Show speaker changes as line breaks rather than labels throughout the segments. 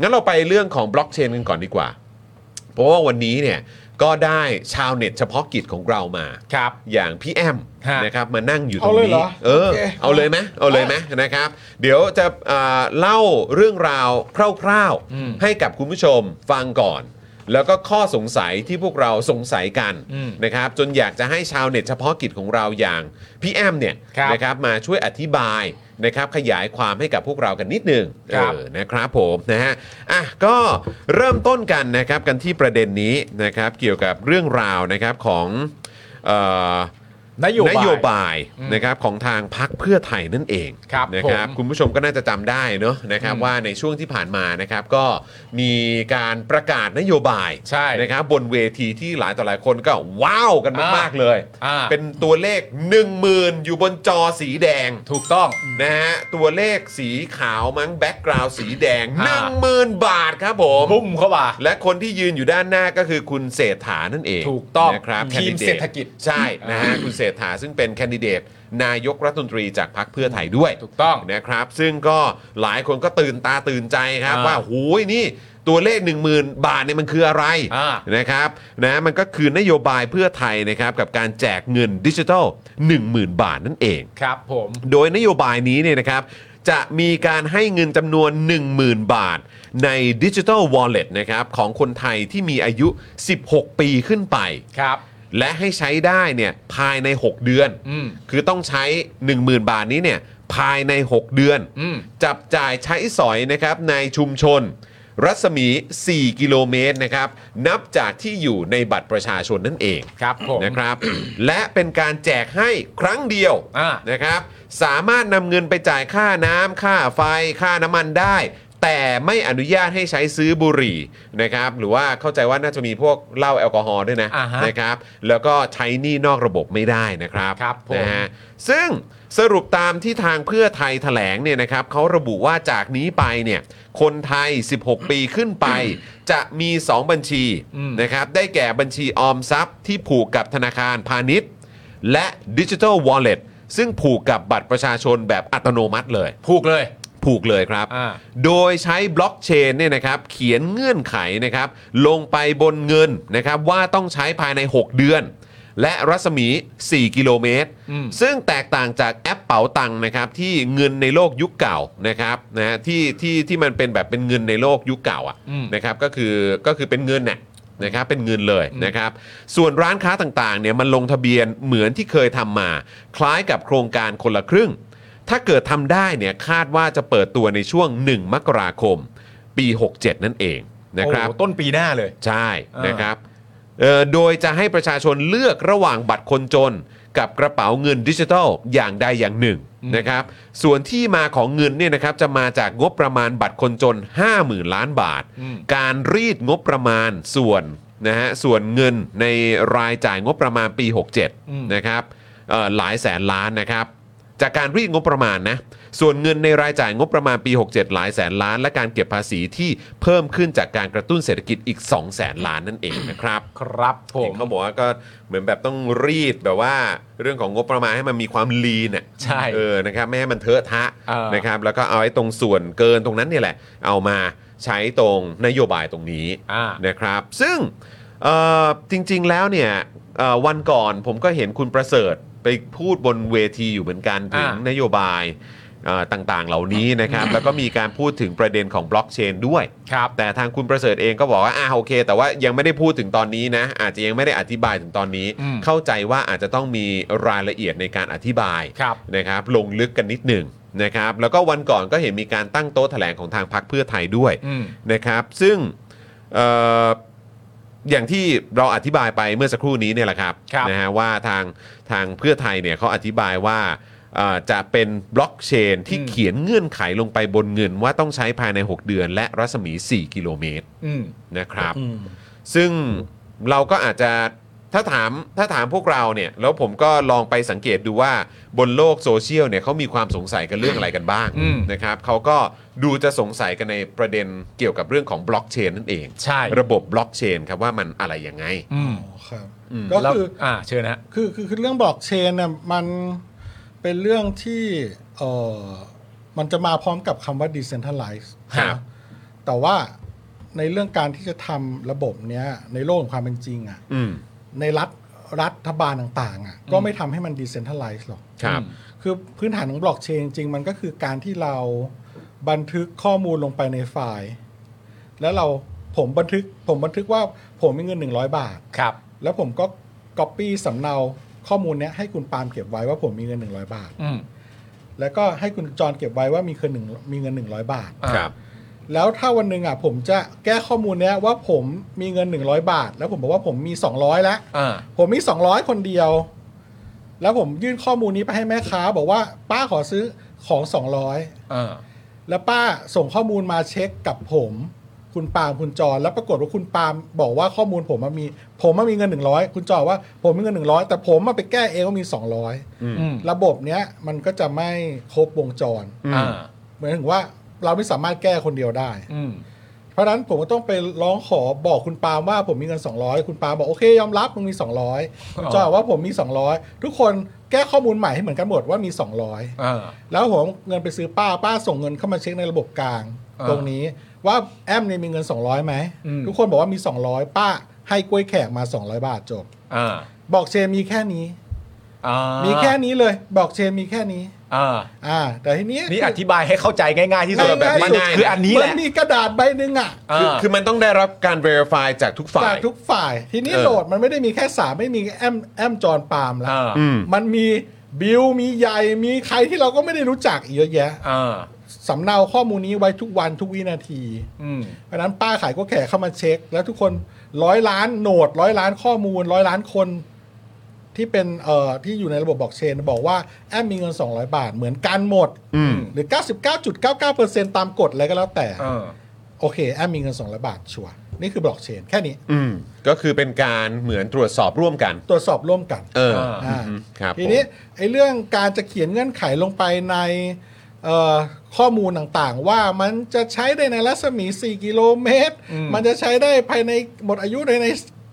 งั้นเราไปเรื่องของบล็อกเชนกันก่อนดีกว่า เพราะว่าวันนี้เนี่ยก็ได้ชาวเน็ตเฉพาะกิจของเรามา
ครับ
อย่างพี่แอม
ฮะ
นะครับมานั่งอยู่ตรง
เอาเลย
นี้
เหรอ
เออ
โอเค
เอาเลยไหมเอาเลยไหมนะครับ เดี๋ยวจะอ่าเล่าเรื่องราวคร่าว
อืม
ๆ ให้กับคุณผู้ชมฟังก่อน แล้วก็ข้อสงสัยที่พวกเราสงสัยกัน
อืม
นะครับจนอยากจะให้ชาวเน็ตเฉพาะกิจของเราอย่างพี่แอมเนี่ย
ครับ
นะครับมาช่วยอธิบายนะครับขยายความให้กับพวกเรากันนิดหนึง
ครับ
เออ นะครับผมนะฮะอ่ะก็เริ่มต้นกันนะครับกันที่ประเด็นนี้นะครับเกี่ยวกับเรื่องราวนะครับของเอ่อน
โยบาย
นโยบายนะครับของทางพักเพื่อไทยนั่นเอง
ครับ
นะครับ
ผม
คุณผู้ชมก็น่าจะจำได้เนอะนะครับ
อืม
ว่าในช่วงที่ผ่านมานะครับก็มีการประกาศนโยบาย
ใช่
นะครับบนเวทีที่หลายต่อหลายคนก็ว้าวกันมากๆเลย
อ่า
เป็นตัวเลข 1 0,000 อยู่บนจอสีแดง
ถูกต้อง
นะฮะตัวเลขสีขาวมั้งแบ็กกราวสีแดง
อ่า
1 0,000 บาทครับผม
บุ้มเข้ามา
และคนที่ยืนอยู่ด้านหน้าก็คือคุณเศรษฐานั่นเอง
ถูกต้อง
นะครับ
ทีม
candidate
เศรษฐกิจ
ใช่นะ ฮะคุณเศรษฐาซึ่งเป็นแคนดิเดตนายกรัฐมนตรีจากพรรคเพื่อไทยด้วย
ถูกต้อง
นะครับ ซึ่งก็หลายคนก็ตื่นตาตื่นใจครับ
อ่า
ว่าหูยนี่ตัวเลข 10,000 บาทเนี่ยมันคืออะไร
อ่า
นะครับนะมันก็คือนโยบายเพื่อไทยนะครับกับการแจกเงินดิจิทัล 10,000 บาทนั่นเอง
ครับผม
โดยนโยบายนี้เนี่ยนะครับ จะมีการให้เงินจำนวน 10,000 บาท ในดิจิ t a ลวอลเล็ตนะครับ ของคนไทยที่มีอายุ 16 ปีขึ้นไป
ครับ
และให้ใช้ได้เนี่ยภายใน 6 เดือน
อืม
คือต้องใช้ 10,000 บาทนี้เนี่ยภายใน 6 เดือน
อืม
จับจ่ายใช้สอยนะครับในชุมชน รัศมี 4 กิโลเมตรนะครับ นับจากที่อยู่ในบัตรประชาชนนั่นเอง
ครับผม
นะครับ และเป็นการแจกให้ครั้งเดียว
อ่า
นะครับ สามารถนำเงินไปจ่ายค่าน้ำค่าไฟ ค่าน้ำมันได้ แต่ไม่อนุญาตให้ใช้ซื้อบุหรี่นะครับ หรือว่าเข้าใจว่าน่าจะมีพวกเหล้าแอลกอฮอล์ด้วยนะ
อ่าฮะ
นะครับ แล้วก็ใช้หนี้นอกระบบไม่ได้นะครับ
ครับผม
นะฮะซึ่งสรุปตามที่ทางเพื่อไทยแถลงเนี่ยนะครับเขาระบุว่าจากนี้ไปเนี่ยคนไทย 16 ปีขึ้นไป จะมี 2 บัญชี
อืม
นะครับได้แก่บัญชีออมทรัพย์ที่ผูกกับธนาคารพาณิชย์ และดิจิ t a ลวอลเล็ตซึ่งผูกกับบัตรประชาชนแบบอัตโนมัติเลย
ผูกเลย
ผูกเลยครับ
อ่า
โดยใช้บล็อกเชนเนี่ยนะครับเขียนเงื่อนไขนะครับลงไปบนเงินนะครับว่าต้องใช้ภายใน 6 เดือน และรัศมี 4 กิโลเมตร
อืม
ซึ่งแตกต่างจากแอปเป๋าตังค์นะครับที่เงินในโลกยุคเก่านะครับนะฮะที่ที่ที่มันเป็นแบบเป็นเงินในโลกยุคเก่าอ่ะ
อืม
นะครับก็คือก็คือเป็นเงินน่ะนะครับเป็นเงินเลยนะครับส่วนร้านค้าต่างๆเนี่ยมันลงทะเบียนเหมือนที่เคยทำมา คล้ายกับโครงการคนละครึ่ง ถ้าเกิดทำได้เนี่ยคาดว่าจะเปิดตัวในช่วง 1 มกราคม ปี 67 นั่นเองนะครับ
โอ้โหต้นปีหน้าเลย
ใช่
อ่าน
นะครับเอ่อโดยจะให้ประชาชนเลือกระหว่างบัตรคนจน กับกระเป๋าเงินดิจิทัลอย่างใดอย่างหนึ่งนะครับส่วนที่มาของเงินเนี่ยนะครับจะมาจากงบประมาณบัตรคนจน 50,000 ล้านบาท
อืม
การรีดงบประมาณส่วนนะฮะส่วนเงินในรายจ่ายงบประมาณปี
อืม
67นะครับเอ่อหลายแสนล้านนะครับ จากการรีดงบประมาณนะส่วนเงินในรายจ่ายงบประมาณปี 67 หลายแสนล้าน และการเก็บภาษีที่เพิ่มขึ้นจากการกระตุ้นเศรษฐกิจอีก 2 แสนล้านนั่นเองนะครับ
ครับผ
เห็
ม
นเขาบอกว่าก็เหมือนแบบต้องรีดแบบว่าเรื่องของงบประมาณให้มันมีความลีนอ่ะ
ใช่
เออนะครับไม่ให้มันเทอะทะ
เออ
นะครับแล้วก็เอาไอ้ตรงส่วนเกินตรงนั้นเนี่ยแหละ เอามาใช้ตรงนโยบายตรงนี้
อ่า
นะครับซึ่งเอ่อจริงๆแล้วเนี่ยเอ่อวันก่อนผมก็เห็นคุณประเสริฐไปพูดบนเวทีอยู่เหมือนกัน ถึง
อ่าน
นโยบายเอ่อต่างๆเหล่านี้นะครับ แล้วก็มีการพูดถึงประเด็นของบล็อกเชนด้วย
ครับ
แต่ทางคุณประเสริฐเองก็บอกว่าอ่าโอเค แต่ว่ายังไม่ได้พูดถึงตอนนี้นะ อาจจะยังไม่ได้อธิบายถึงตอนนี้
อืม
เข้าใจว่าอาจจะต้องมีรายละเอียดในการอธิบาย
ครับ
นะครับลงลึกกันนิดหนึ่งนะครับแล้วก็วันก่อนก็เห็นมีการตั้งโต๊ะแถลงของทางพรรคเพื่อไทยด้วย
อืม
นะครับซึ่งเอ่ออย่างที่เราอธิบายไปเมื่อสักครู่นี้เนี่ยแหละครับ
ครับ
นะฮะว่าทางทางเพื่อไทยเนี่ยเขาอธิบายว่าเอ่อจะเป็นบล็อกเชนที่
อืม
เขียนเงื่อนไขลงไปบนเงินว่าต้องใช้ภายใน 6 เดือน และรัศมี 4 กิโลเมตร
อืม
นะครับ
อืม
ซึ่งเราก็อาจจะถ้าถามถ้าถามพวกเราเนี่ยแล้วผมก็ลองไปสังเกตดูว่าบนโลกโซเชียลเนี่ยเขามีความสงสัยกันเรื่องอะไรกันบ้าง
อืม
นะครับเขาก็ดูจะสงสัยกันในประเด็นเกี่ยวกับเรื่องของบล็อกเชนนั่นเอง
ใช่
ระบบบล็อกเชนครับว่ามันอะไรยังไง
อืม
อ๋อครับ ก็
แล้ว
คือ
อ่าเชิญนะฮะ
คือคือคือเรื่องบล็อกเชนน่ะมันเป็นเรื่องที่เออมันจะมาพร้อมกับคำว่า decentralized
ครับ
นะ แต่ว่าในเรื่องการที่จะทำระบบเนี้ยในโลกของความเป็นจริงอ่ะ
อืม
ในรัฐรัฐบาลต่างๆอ่ะก็ไม่ทำให้มันดีเซนทัลไลซ์หรอก
ครับ
คือพื้นฐานของบล็อกเชนจริงๆมันก็คือการที่เราบันทึกข้อมูลลงไปในไฟล์ แล้วเราผมบันทึกผมบันทึกว่าผมมีเงิน 100 บาท
ครับ
แล้วผมก็ก๊อปปี้สำเนาข้อมูลเนี้ยให้คุณปาล์มเก็บไว้ว่าผมมีเงิน 100 บาท
อืม
แล้วก็ให้คุณจอนเก็บไว้ว่ามีเงินหนึ่งมีเงิน 100 บาท
อ่า
ครับ
แล้วถ้าวันหนึ่งอ่ะผมจะแก้ข้อมูลเนี้ยว่าผมมีเงิน 100 บาท แล้วผมบอกว่าผมมี 200 แล้ว
อ่า
ผมมี 200 คนเดียว แล้วผมยื่นข้อมูลนี้ไปให้แม่ค้า บอกว่าป้าขอซื้อของ
อ่า
200 แล้วป้าส่งข้อมูลมาเช็คกับผม คุณปาล์มคุณจอนแล้วปรากฏว่าคุณปาล์มบอกว่าข้อมูลผมมันมี ผมมันมีเงิน 100 คุณจอนว่าผมมีเงิน 100 แต่ผมมาไปแก้เองว่ามี
อืม
200 ระบบเนี้ยมันก็จะไม่ครบวงจร
อ่า
หมายถึงว่าเราไม่สามารถแก้คนเดียวได้
อืม
เพราะฉะนั้นผมก็ต้องไปร้องขอบอกคุณปาล์มว่าผมมีเงิน 200 คุณปาล์มบอกโอเคยอมรับมึงมี 200คุณจอยบอกว่าผมมี 200 ทุกคนแก้ข้อมูลใหม่ให้เหมือนกันหมดว่ามี
อ่า
200 แล้วผมเอาเงินไปซื้อป้าป้าส่งเงินเข้ามาเช็คในระบบกลาง
อ่า
ตรงนี้ว่าแอมเนี่ยมีเงิน 200ไหม
อืม
ทุกคนบอกว่ามี 200 ป้าให้กล้วยแขกมา 200 บาทจบ
อ่า
บอกเชนมีแค่นี้
อ่ามี
มีแค่นี้เลย บอกเชนมีแค่นี้
อ่า
อ่า แต่ทีเนี้ย
นี่อธิบายให้เข้าใจง่ายๆที่สุด
ง่ายๆ
แบบนี้
ง่ายๆ
คืออันนี้แหละ
มัมีกระดาษใบหนึ่งอ่ะ
คือ
อ่า
คือมันต้องได้รับการ verify จากทุกฝ่า
จาก
ย
ทุกฝ่ายทีนี้
เออ
โหลดมันไม่ได้มีแค่สามไม่มีแอมแอมจอนปาล์มแล้ว
อ่า
อืม
มันมีบิลมีใหญ่มีใครที่เราก็ไม่ได้รู้จักอีกเยอะแยะ
อ่า
สำเนาข้อมูลนี้ไว้ทุกวันทุกวินาที
อืม
เพราะฉะนั้นป้าขายก็แขกเข้ามาเช็ค แล้วทุกคนร้อยล้านโหนดร้อยล้านข้อมูลร้อยล้านคนที่เป็นเอ่อที่อยู่ในระบบบล็อกเชน บอกว่าแอมมีเงิน 200 บาทเหมือนกันหมด
อืม
หรือ 99.99%ตามกฎอะไรก็แล้วแต่
อ่า
โอเคแอมมีเงิน200บาทชัวร์นี่คือบล็อกเชนแค่นี้
อืม ก็คือเป็นการเหมือนตรวจสอบร่วมกัน
ตรวจสอบร่วมกัน
เอออา อืมครับ
ทีนี้ไอ้เรื่องการจะเขียนเงื่อนไขลงไปในเอ่อข้อมูลต่างๆ ว่ามันจะใช้ได้ในรัศมี 4 กิโลเมตร มันจะใช้ได้ภายในหมดอายุในใน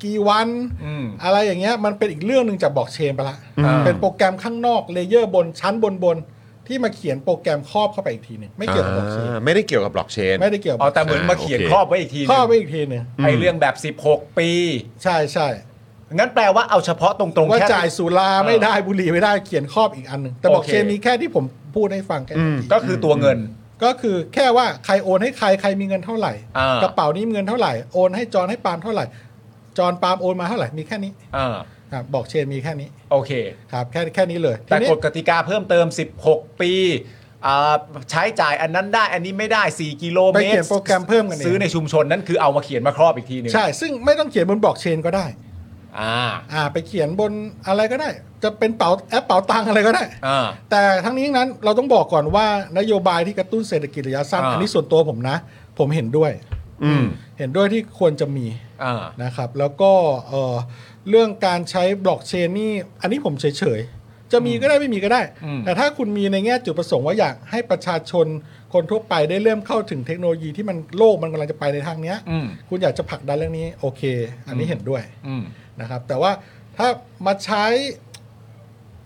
กี่วัน
อืม
อะไรอย่างเงี้ยมันเป็นอีกเรื่องหนึ่งจากบล็อกเชนไปละ
อ่า
เป็นโปรแกรมข้างนอกเลเยอร์บนชั้นบนบนๆที่มาเขียนโปรแกรมครอบเข้าไปอีกทีหนึ่งไม่เกี่ยวกับบล็อกเชน
อ่าไม่ได้เกี่ยวกับบล็อกเชน
ไม่ได้เกี่ยวกับ
อ๋อแต่เหมือนมาเขียน
โอเค
ครอบไว้อีกทีหนึ่ง
ครอบไปอีกทีหนึ่ง
ไอเรื่องแบบ 16 ปี
ใช่ใช่
งั้นแปลว่าเอาเฉพาะตรงๆ
ว่า
แค่
จ่ายสุราไม่ได้บุหรี่ไม่ได้เขียนครอบอีกอันหนึ่งแต่บล็อกเชน
โอเค
มีแค่ที่ผมพูดให้ฟังแค่นั้นเอง
ก็คือตัวเงิน
ก็คือแค่ว่าใครโอนให้ใครใครมีเงินเท่าไหร่
อ่าก
กระเป๋านี้มีเงินเท่าไหร่โอนให้จอนให้ปาล์มเท่าไหร่ จอนปาล์มโอนมาเท่าไหร่มีแค่นี้
อ่า
ครับบอกเชนมีแค่นี้
โอเค
ครับแค่แค่นี้เลย
แต่
ทีนี้
กฎกติกาเพิ่มเติม 16 ปีอ่าใช้จ่ายอันนั้นได้อันนี้ไม่ได้ 4 กิโล
ไป
เมต
เขียน
ร
โปรแกรมเพิ่มกันเง
ซื้อในชุมชนนั่นคือเอามาเขียนมาครอบอีกทีหนึ่ง
ใช่ ซึ่งไม่ต้องเขียนบนบอกเชนก็ได้
อ่า
อ่า ไปเขียนบนอะไรก็ได้ จะเป็นเป๋าแอปเป๋าตังอะไรก็ได้
อ่า
แต่ทั้งนี้ทั้งนั้นเราต้องบอกก่อนว่านโยบายที่กระตุ้นเศรษฐกิจระยะสั้น
อ่า
อันนี้ส่วนตัวผมนะ ผมเห็นด้วย
อืม
เห็นด้วยที่ควรจะมี
อ่า
นะครับแล้วก็เอ่อเรื่องการใช้บล็อกเชนนี่อันนี้ผมเฉยๆ จะมีก็ได้ไม่มีก็ได้ แต่ถ้าคุณมีในแง่จุดประสงค์ว่าอยากให้ประชาชนคนทั่วไปได้เริ่มเข้าถึงเทคโนโลยีที่มันโลกมันกำลังจะไปในทางเนี้ย
อืม
คุณอยากจะผลักดันเรื่องนี้โอเค อันนี้เห็นด้วย
อืม
นะครับ แต่ว่าถ้ามาใช้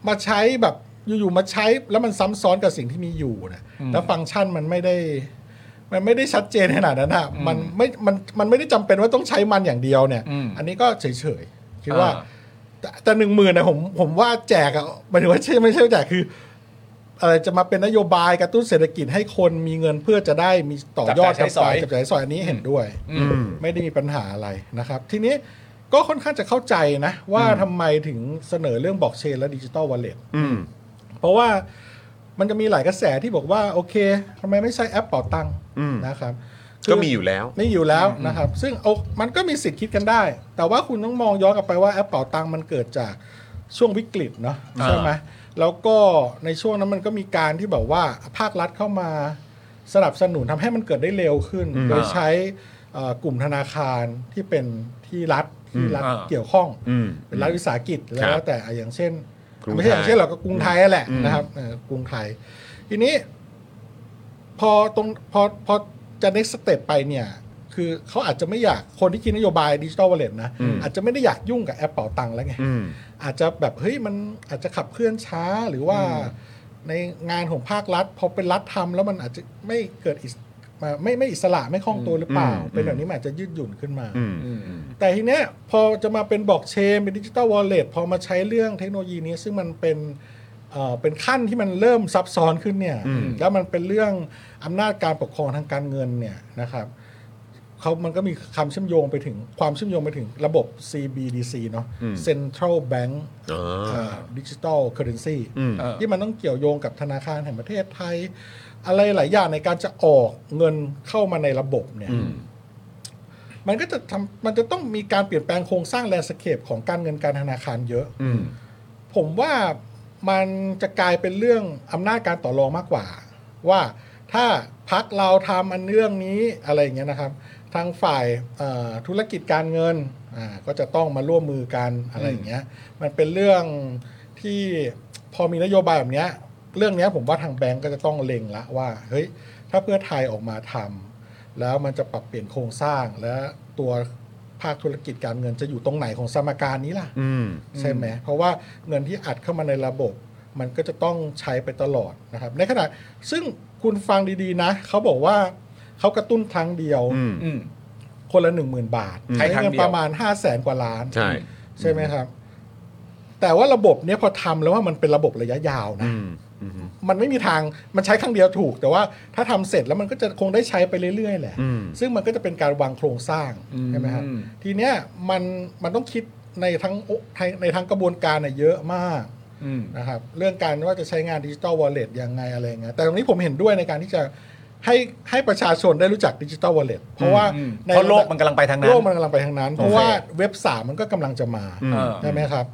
มาใช้แบบอยู่ๆมาใช้แล้วมันซ้ำซ้อนกับสิ่งที่มีอยู่นะแล้วฟังก์ชันมันไม่ได้ มันไม่ได้ชัดเจนขนาดนั้นอ่ะมันไม่มันมันไม่ได้จำเป็นว่าต้องใช้มันอย่างเดียวเนี่ย
อืม
อันนี้ก็เฉยๆ คิดว่า
อ่า
แต่แต่หนึ่งหมื่นนะผมผมว่าแจกอะหมายถึงว่าใช่ไม่ใช่ว่าแจกคืออะไรจะมาเป็นนโยบายกระตุ้นเศรษฐกิจให้คนมีเงินเพื่อจะได้มีต่อยอด
จับจ่ายใช้สอย
จับจ่ายใช้สอยอันนี้เห็นด้วย
อืม
ไม่ได้มีปัญหาอะไรนะครับ ทีนี้ก็ค่อนข้างจะเข้าใจนะ ว่าทำไมถึงเสนอเรื่องบล็อกเชนและดิจิ t a ลวอลเล็ต
อืม
เพราะว่ามันจะมีหลายกระแสที่บอกว่าโอเคทำไมไม่ใช้แอปเป่าตังค์
อืม
นะครับ
ก็มีอยู่แล้ว
นี่อยู่แล้วนะครับ ซึ่งเอามันก็มีสิทธิ์คิดกันได้ แต่ว่าคุณต้องมองย้อนกลับไปว่าแอปเป่าตังค์มันเกิดจากช่วงวิกฤตเนาะ
อ่า
ใช่ไหมแล้วก็ในช่วงนั้นมันก็มีการที่แบบว่าภาครัฐเข้ามาสนับสนุนทำให้มันเกิดได้เร็วขึ้น
อืม
โดยใช้เอ่อกลุ่มธนาคารที่เป็นที่รัฐที่รัฐ
อืมอ่า
เกี่ยวข้อง
อืม
เป็นรัฐวิสาหกิจ
ครั
แล้ว
บ
แต่อ่ะอย่างเช่น
กรุง
ไม่ใช่อย่า
ไท
ง
ย
เช่นหรอก ก็กรุงไทยนั่นแหละ
อืม
นะครับเออกรุงไทย ทีนี้พอตรงพอพอจะ next step ไปเนี่ย คือเขาอาจจะไม่อยากคนที่คิดนโยบายดิจิ t a ลวอลเล็ตนะอาจจะไม่ได้อยากยุ่งกับแอปเป่าตังค์แล้วไง
อืม
อาจจะแบบเฮ้ยมันอาจจะขับเคลื่อนช้าหรือว่าในงานของภาครัฐ พอเป็นรัฐทำแล้วมันอาจจะไม่เกิดอิส มาไม่ไม่อิสระไม่คล่องตัวหรือเปล่า
อืม
เป็นแบบนี้มันอาจจะยืดหยุ่นขึ้นมา
อืม
อืม
แต่ทีเนี้ยพอจะมาเป็นบล็อกเชนเป็นดิจิ t a ลวอลเล็ตพอมาใช้เรื่องเทคโนโลยีนี้ซึ่งมันเป็นเอ่อเป็นขั้นที่มันเริ่มซับซ้อนขึ้นเนี่ย
อืม
แล้วมันเป็นเรื่องอำนาจการปกครองทางการเงินเนี่ยนะครับเขามันก็มีคำเชื่อมโยงไปถึงความเชื่อมโยงไปถึงระบบ CBDC เนาะ Central Bank
อ๋อ
ดิจิ t a ลเคอร์เรนซี
อืม
เออ
ที่มันต้องเกี่ยวโยงกับธนาคารแห่งประเทศไทย อะไรหลายอย่างในการจะออกเงินเข้ามาในระบบเนี่ย
อืม
มันก็จะทำมันจะต้องมีการเปลี่ยนแปลงโครงสร้างแลนสเคปของการเงินการธนาคารเยอะ
อืม
ผมว่ามันจะกลายเป็นเรื่องอำนาจการต่อรองมากกว่า ว่าถ้าพักเราทำอันเรื่องนี้อะไรอย่างเงี้ยนะครับ ทางฝ่ายเอ่อธุรกิจการเงินอ่าก็จะต้องมาร่วมมือกันอะไรอย่างเงี้ยมันเป็นเรื่องที่พอมีนโยบายแบบเนี้ยเรื่องเนี้ยผมว่าทางแบงก์ก็จะต้องเล็งละว่าเฮ้ยถ้าเพื่อไทยออกมาทำแล้วมันจะปรับเปลี่ยนโครงสร้างและตัวภาคธุรกิจการเงินจะอยู่ตรงไหนของสมการนี้ล่ะ
อืม
ใช่ไหมเพราะว่าเงินที่อัดเข้ามาในระบบ มันก็จะต้องใช้ไปตลอดนะครับ ในขณะซึ่งคุณฟังดีๆนะ เขาบอกว่าเขากระตุ้นครั้งเดียว
อืม
อืม
คนละหนึ่งหมื่นบาท
ใช้ครั้งเดียว
เงินประมาณห้าแสนกว่าล้าน
ใช่
ใช่ไหมครับ แต่ว่าระบบเนี้ยพอทำแล้วว่ามันเป็นระบบระยะยาวนะ
อืมอืม
มันไม่มีทางมันใช้ครั้งเดียวถูก แต่ว่าถ้าทำเสร็จแล้วมันก็จะคงได้ใช้ไปเรื่อยๆแหละ
อืม
ซึ่งมันก็จะเป็นการวางโครงสร้าง
อืม
ใช่ไหมครับ
อืม
ทีเนี้ยมันมันต้องคิดในทั้งโอในทั้งกระบวนการน่ะเยอะมาก
อืม
นะครับเรื่องการว่าจะใช้งานดิจิ t a ลวอลเล็ตยังไงอะไรยังไงแต่ตรงนี้ผมเห็นด้วยในการที่จะให้ให้ประชาชนได้รู้จักดิจิ t a ลวอลเล็ตเพราะว่า
อืม
ใน
เพราะโลกมันกำลังไปทางนั้น
โลกมันกำลังไปทางนั้น เพราะว่าเว็บ 3 มันก็กำลังจะมา
อืม
เออ
ใช่ไหมครับ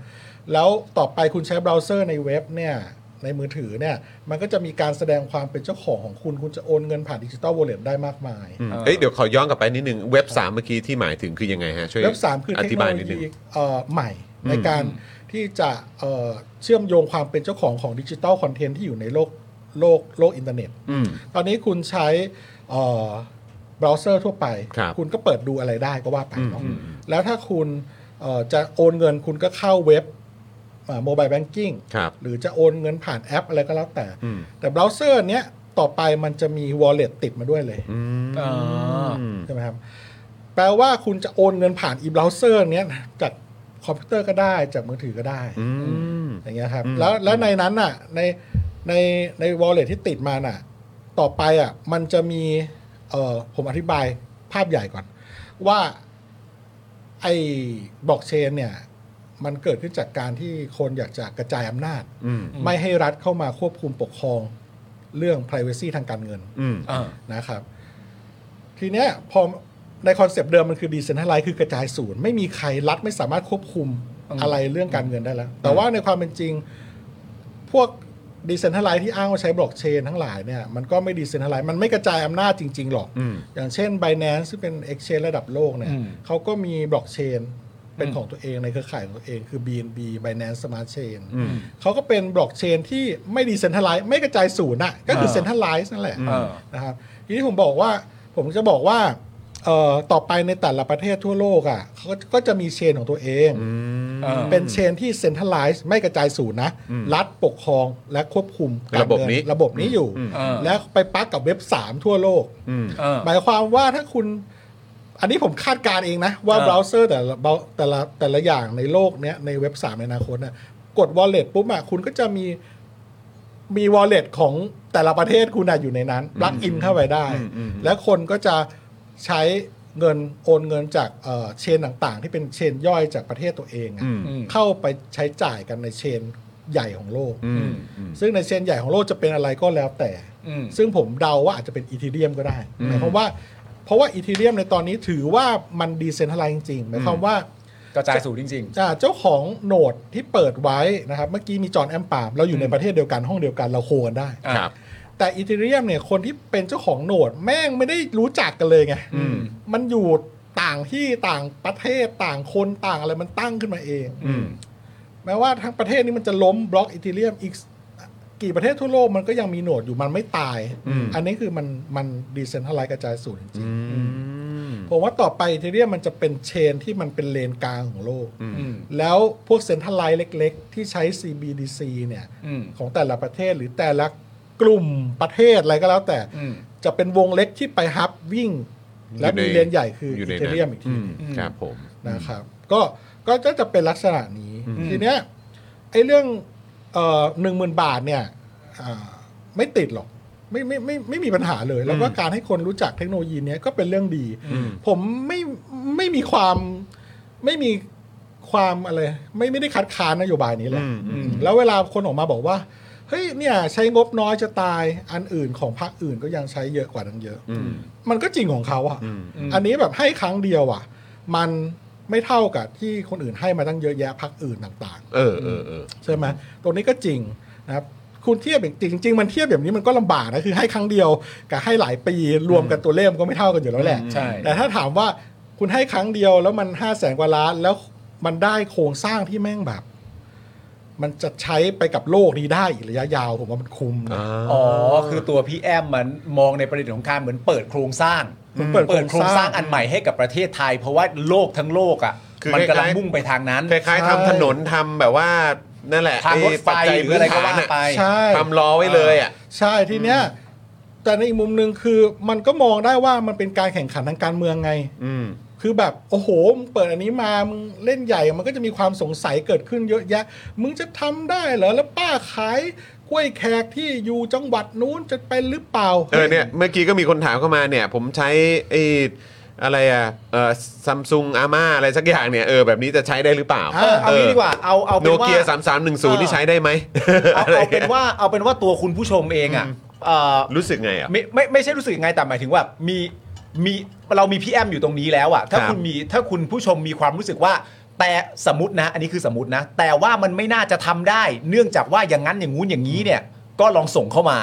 แล้วต่อไปคุณใช้เบราว์เซอร์ในเว็บเนี่ยในมือถือเนี่ยมันก็จะมีการแสดงความเป็นเจ้าของของคุณ คุณจะโอนเงินผ่านดิจิ t a ลวอลเล็ตได้มากมาย
อืม
เออ
เอ้ยเดี๋ยวขอย้อนกลับไปนิดนึง เว็บ 3 เมื่อกี้ที่หมายถึงคือยังไงฮะ ช่วย
เว็บสามคือ
อ
เทค
ธิ
โน
บาย
โล
นิดนึง
ยีเอ่อใหม่
อืม
ในการที่จะเอ่อเชื่อมโยงความเป็นเจ้าของของดิจิตอลคอนเทนต์ที่อยู่ในโลกโลกโลกอินเทอร์เน็ต
อืม
ตอนนี้คุณใช้เอ่อเบราว์เซอร์ทั่วไป
ครับ
ณก็เปิดดูอะไรได้ก็ว่าไปเนาะ
อืมอืม
แล้วถ้าคุณเอ่อจะโอนเงินคุณก็เข้าเว็บโมบายแบงกิ้ง
ครับ
หรือจะโอนเงินผ่านแอปอะไรก็แล้วแต่
อืม
แต่เบราว์เซอร์เนี้ยต่อไปมันจะมี wallet ติดมาด้วยเลย
อืม
อ่า
ใช่ไหมครับแปลว่าคุณจะโอนเงินผ่านอีเบราว์เซอร์เนี้ยจากคอมพิวเตอร์ก็ได้ จากมือถือก็ได้
อืม
อย่างเงี้ยครับ
อืม
แล้วแล้วในนั้นน่ะในในในวอลเล็ตที่ติดมาน่ะ ต่อไปอ่ะมันจะมีเอ่อผมอธิบายภาพใหญ่ก่อน ว่าไอ้บล็อกเชนเนี่ย มันเกิดขึ้นจากการที่คนอยากจะกระจายอำนาจ
อืม
ไม่ให้รัฐเข้ามาควบคุมปกครองเรื่อง p r i เวซีทางการเงิน
อืม
อ่า
นะครับ ทีเนี้ยพอในคอนเซปต์เดิมมันคือดีเซนทัลไลซ์คือกระจายศูนย์ ไม่มีใครรัฐไม่สามารถควบคุม
อืม
อะไรเรื่องการเงินได้แล้ว แต่ว่าในความเป็นจริง พวกดีเซนทัลไลซ์ที่อ้างว่าใช้บล็อกเชนทั้งหลายเนี่ยมันก็ไม่ดีเซนทัลไลซ์มันไม่กระจายอำนาจจริง ๆ หรอก
อืม
อย่างเช่น b บ n a n c e ซึ่งเป็น Exchange ระดับโลกเนี่ย
อืม
เขาก็มีบล็อกเชนเป็นของตัวเองในเครือข่ายของตัวเองคือ BNB Binance Smart Chain
อืม
เขาก็เป็นบล็อกเชนที่ไม่ดีเซนทัลไลซ์ไม่กระจายศูนย์อ่ะก็คือ
เออ
เซนทัลไลซ์นั่นแหละ
เออ
นะครับทีนี้ผมบอกว่าผมจะบอกว่าเอ่อต่อไปในแต่ละประเทศทั่วโลกอ่ะเขาก็ก็จะมีเชนของตัวเอง
อืม
เออ
เป็นเชนที่เซ็นทรัลไลซ์ไม่กระจายศูนย์นะ
อืม
รัฐปกครองและควบคุมการ
ระบบ
เงิ
นี้
ระบบนี้อยู่
อืม
เออ
แล้วไปปักกับเว็บ 3 ทั่วโลก
อืม
เออ
หมายความว่าถ้าคุณ อันนี้ผมคาดการณ์เองนะ ว่า
เออ
เบราว์เซอร์แต่ละเบราว์แต่ละแต่ละอย่างในโลกเนี้ยในเว็บ 3 ในอนาคตนะกด wallet ปุ๊บอ่ะคุณก็จะมีมี wallet ของแต่ละประเทศคุณอะอยู่ในนั้นปลักอินเข้าไปได้
อืมอืม
และคนก็จะใช้เงินโอนเงินจากเอ่อเชนต่างๆ ที่เป็นเชนย่อยจากประเทศตัวเองอะ
อืม
อืม
เข้าไปใช้จ่ายกันในเชนใหญ่ของโลก
อืมอืม
ซึ่งในเชนใหญ่ของโลกจะเป็นอะไรก็แล้วแต่
อืม
ซึ่งผมเดาว่าอาจจะเป็นอีทีเรียมก็ได้
อืม
หมายความว่าเพราะว่าอีทีเรียมในตอนนี้ถือว่ามันดีเซนทัลไลซ์จริงๆหมายความว่าก
ระจายสูงจริง
อ่าเจ้าของโหนดที่เปิดไว้นะครับ เมื่อกี้มีจอห์นแอมปาล์มเราอยู่ในประเทศเดียวกันห้องเดียวกันเราโคกันได้
อ่ะ
ครับ
แต่อีทีเรียมเนี่ยคนที่เป็นเจ้าของโหนดแม่งไม่ได้รู้จักกันเลยไง
อืม
มันอยู่ต่างที่ต่างประเทศต่างคนต่างอะไรมันตั้งขึ้นมาเอง
อืม
แม้ว่าทั้งประเทศนี้มันจะล้มบล็อกอีเทเรียมอีกกี่ประเทศทั่วโลกมันก็ยังมีโหนดอยู่มันไม่ตาย
อืม
อันนี้คือมันมันดีเซนทัลไลกระจายศูนย์จริง
อืม
ๆผมว่าต่อไปอีเทเรียมมันจะเป็นเชนที่มันเป็นเลนกลางของโลก
อืม
อืม
แล้วพวกเซนทัลไลเล็กๆ ที่ใช้ CBDC เนี่ย
อืม
ของแต่ละประเทศหรือแต่ละกลุ่มประเทศอะไรก็แล้วแต่
อืม
จะเป็นวงเล็กที่ไปฮับวิ่ง และมีเลนใหญ่คืออยู่
ใน
อี
นั้น
เทเรียมอีกทีหนึ่ง
อืมครับผม
นะครับก็ก็ก็จะเป็นลักษณะนี้
อืม
ทีเนี้ยไอ้เรื่องเอ่อหนึ่งหมื่นบาทเนี่ยอ่าไม่ติดหรอกไม่ไม่ไม่ไม่มีปัญหาเลย แล้วก็การให้คนรู้จักเทคโนโลยีเนี้ยก็เป็นเรื่องดี ผมไม่ไม่มีความไม่มีความอะไรไม่ไม่ได้คัดค้านนโยบายนี้เลย
อืมอืม
แล้วเวลาคนออกมาบอกว่า เฮ้ยเนี่ยใช้งบน้อยจะตายอันอื่นของพรรคอื่นก็ยังใช้เยอะกว่านั้นเยอะ
อืม
มันก็จริงของเขาอะ
อืม
อันนี้แบบให้ครั้งเดียวอ่ะ มันไม่เท่ากับที่คนอื่นให้มาตั้งเยอะแยะพักอื่นต่าง
เออเออเออ
ๆ ใช่ไหมตรงนี้ก็จริงนะครับคุณเทียบอย่างจริงจริง ๆ มันเทียบแบบนี้มันก็ลำบากนะคือให้ครั้งเดียวกับให้หลายปีรวมกันตัวเลขมันก็ไม่เท่ากันอยู่แล้วแหละ
ใช่
แต่ถ้าถามว่าคุณให้ครั้งเดียวแล้วมันห้าแสนกว่าล้านแล้วมันได้โครงสร้างที่แม่งแบบ มันจะใช้ไปกับโลกนี้ได้อีกระยะยาวผมว่ามันคุ้มนะ
อ๋อ คือตัวพี่แอมมันมองในประเด็นของการเหมือนเปิดโครงสร้าง
เหมือนเปิดโครงสร้าง
โครงสร้างอันใหม่ให้กับประเทศไทย เพราะว่าโลกทั้งโลกอ่ะ
คือ
มันกำ
ค
ลัง
ล้ายๆ
มุ่งไปทางนั้น
คล้ายๆทำถนนทำแบบว่านั่นแหละ
ทางรถไฟ
ปัจจัย
หรือ
พื้น
อะไรก็
ฐาน
ว่า
อะ
ไป
ใช่
ทำล้อไว้เลยอ่ะ
ใช่ทีเนี้ยแต่ในอีกมุมหนึ่งคือมันก็มองได้ว่ามันเป็นการแข่งขันทางการเมืองไง
อืม
คือแบบโอ้โหมึงเปิดอันนี้มามึงเล่นใหญ่มันก็จะมีความสงสัยเกิดขึ้นเยอะแยะ มึงจะทำได้เหรอแล้วป้าขายกล้วยแขกที่อยู่จังหวัดนู้นจะเป็นหรือเปล่า
เออเนี่ยเมื่อกี้ก็มีคนถามเข้ามาเนี่ย ผมใช้ไอ้อะไรอ่ะเออซัมซุงอาม่าอะไรสักอย่างเนี่ยเออแบบนี้จะใช้ได้หรือเปล่า
เออเอางี้ดีกว่าเอาเอา
โน
เป็นว่า
เกียสามสามหนึ่งศูนย์นี่ใช้ได้ไหม
เอาเอาเป็นว่าเอาเป็นว่าตัวคุณผู้ชมเองอ่ะเอ่อ
รู้สึกไงอ่ะ
ไม่ไม่ไม่ใช่รู้สึกยังไงแต่หมายถึงว่ามีมีเรามีพี่แอมอยู่ตรงนี้แล้วอะถ้า
ครับ
คุณมีถ้าคุณผู้ชมมีความรู้สึกว่า แต่สมมตินะ อันนี้คือสมมตินะ แต่ว่ามันไม่น่าจะทำได้ เนื่องจากว่าอย่างนั้นอย่างงู้นอย่างนี้เนี่ย ก็ลองส่งเข้ามา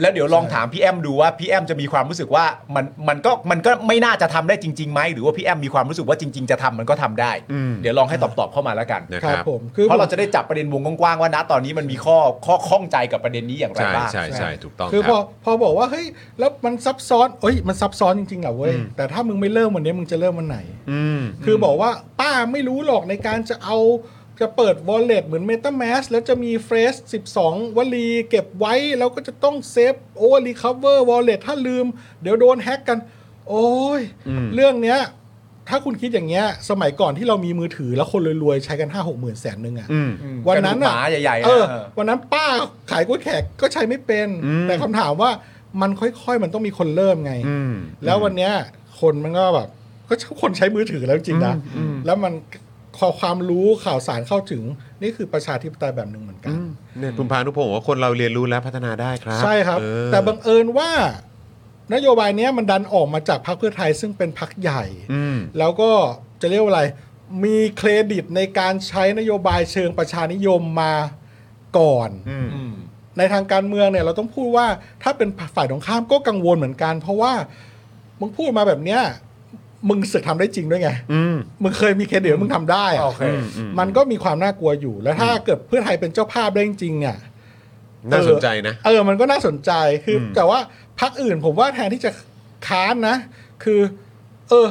แล้วเดี๋ยวลองถามพี่แอมดูว่าพี่แอมจะมีความรู้สึกว่ามันมันก็มันก็ไม่น่าจะทำได้จริงๆไหมหรือว่าพี่แอมมีความรู้สึกว่าจริง ๆ จะทำมันก็ทำได้
อืม
เดี๋ยวลองให้ตอบตอบๆเข้ามาแล้วกัน
นะ
ค
ค
รั
รั
บบ ผม คือ
เพราะเราจะได้จับประเด็นวงกว้างๆว่านะตอนนี้มันมีข้อข้อข้องใจกับประเด็นนี้อย่างไร
ใช่
บ้าง
ใช่ใช่ถูกต้อง
คือ
ค
พ
รั
อบ พอบอกว่าเฮ้ยแล้วมันซับซ้อนเอ้ยมันซับซ้อนจริงๆเหรอเว้ย
อืม
แต่ถ้ามึงไม่เริ่มวันนี้มึงจะเริ่มวันไหน
อืม
คือบอกว่าป้าไม่รู้หรอกในการจะเอาจะเปิด wallet เหมือน MetaMask แล้วจะมีเฟรช12 วลีเก็บไว้ แล้วก็จะต้องเซฟโอ recover wallet ถ้าลืม เดี๋ยวโดนแฮ็กกัน โอ้ย
อืม
เรื่องเนี้ย ถ้าคุณคิดอย่างเงี้ย สมัยก่อนที่เรามีมือถือแล้วคนรวยๆ ใช้กัน 5 6หมื่นแสนนึงอะ
อืม
วันนั้น
กระดูกหมาใหญ่ๆนะ
เออ
เออ
วันนั้นป้าขายกล้วยแขกก็ใช้ไม่เป็น
อืม
แต่คำถามว่ามันค่อยๆ มันต้องมีคนเริ่มไง
อืม
แล้ววันเนี้ยคนมันก็แบบก็คนใช้มือถือแล้วจริงนะ
อืมอืม
แล้วมันขอความรู้ข่าวสารเข้าถึง นี่คือประชาธิปไตยแบบหนึ่งเหมือนกั
อื
น
มเนี่ยคุณพานุพงศ์บอกว่าคนเราเรียนรู้และพัฒนาได้ครับ
ใช่ครับ
เออ
แต่บังเอิญว่านโยบายเนี้ยมันดันออกมาจากพรรคเพื่อไทยซึ่งเป็นพรรคใหญ่
อืม
แล้วก็จะเรียกว่าอะไร มีเครดิตในการใช้นโยบายเชิงประชานิยมมาก่อน
อืม
อืม
ในทางการเมืองเนี่ยเราต้องพูดว่าถ้าเป็นฝ่ายตรงข้ามก็กังวลเหมือนกัน เพราะว่ามึงพูดมาแบบเนี้ยมึงเสึกทำได้จริงด้วยไง
อืม
มึงเคยมีเครดิตว่ามึงทำได้อะ
โอเค
อืม
มันก็มีความน่ากลัวอยู่ แล้วถ้าเกิดเพื่อไทยเป็นเจ้าภาพได้จริงๆเนี่ย
น่าสนใจนะ
เออ มันก็น่าสนใจ คืออ
ม
แต่ว่าพักอื่นผมว่าแทนที่จะค้านนะ คือ เออ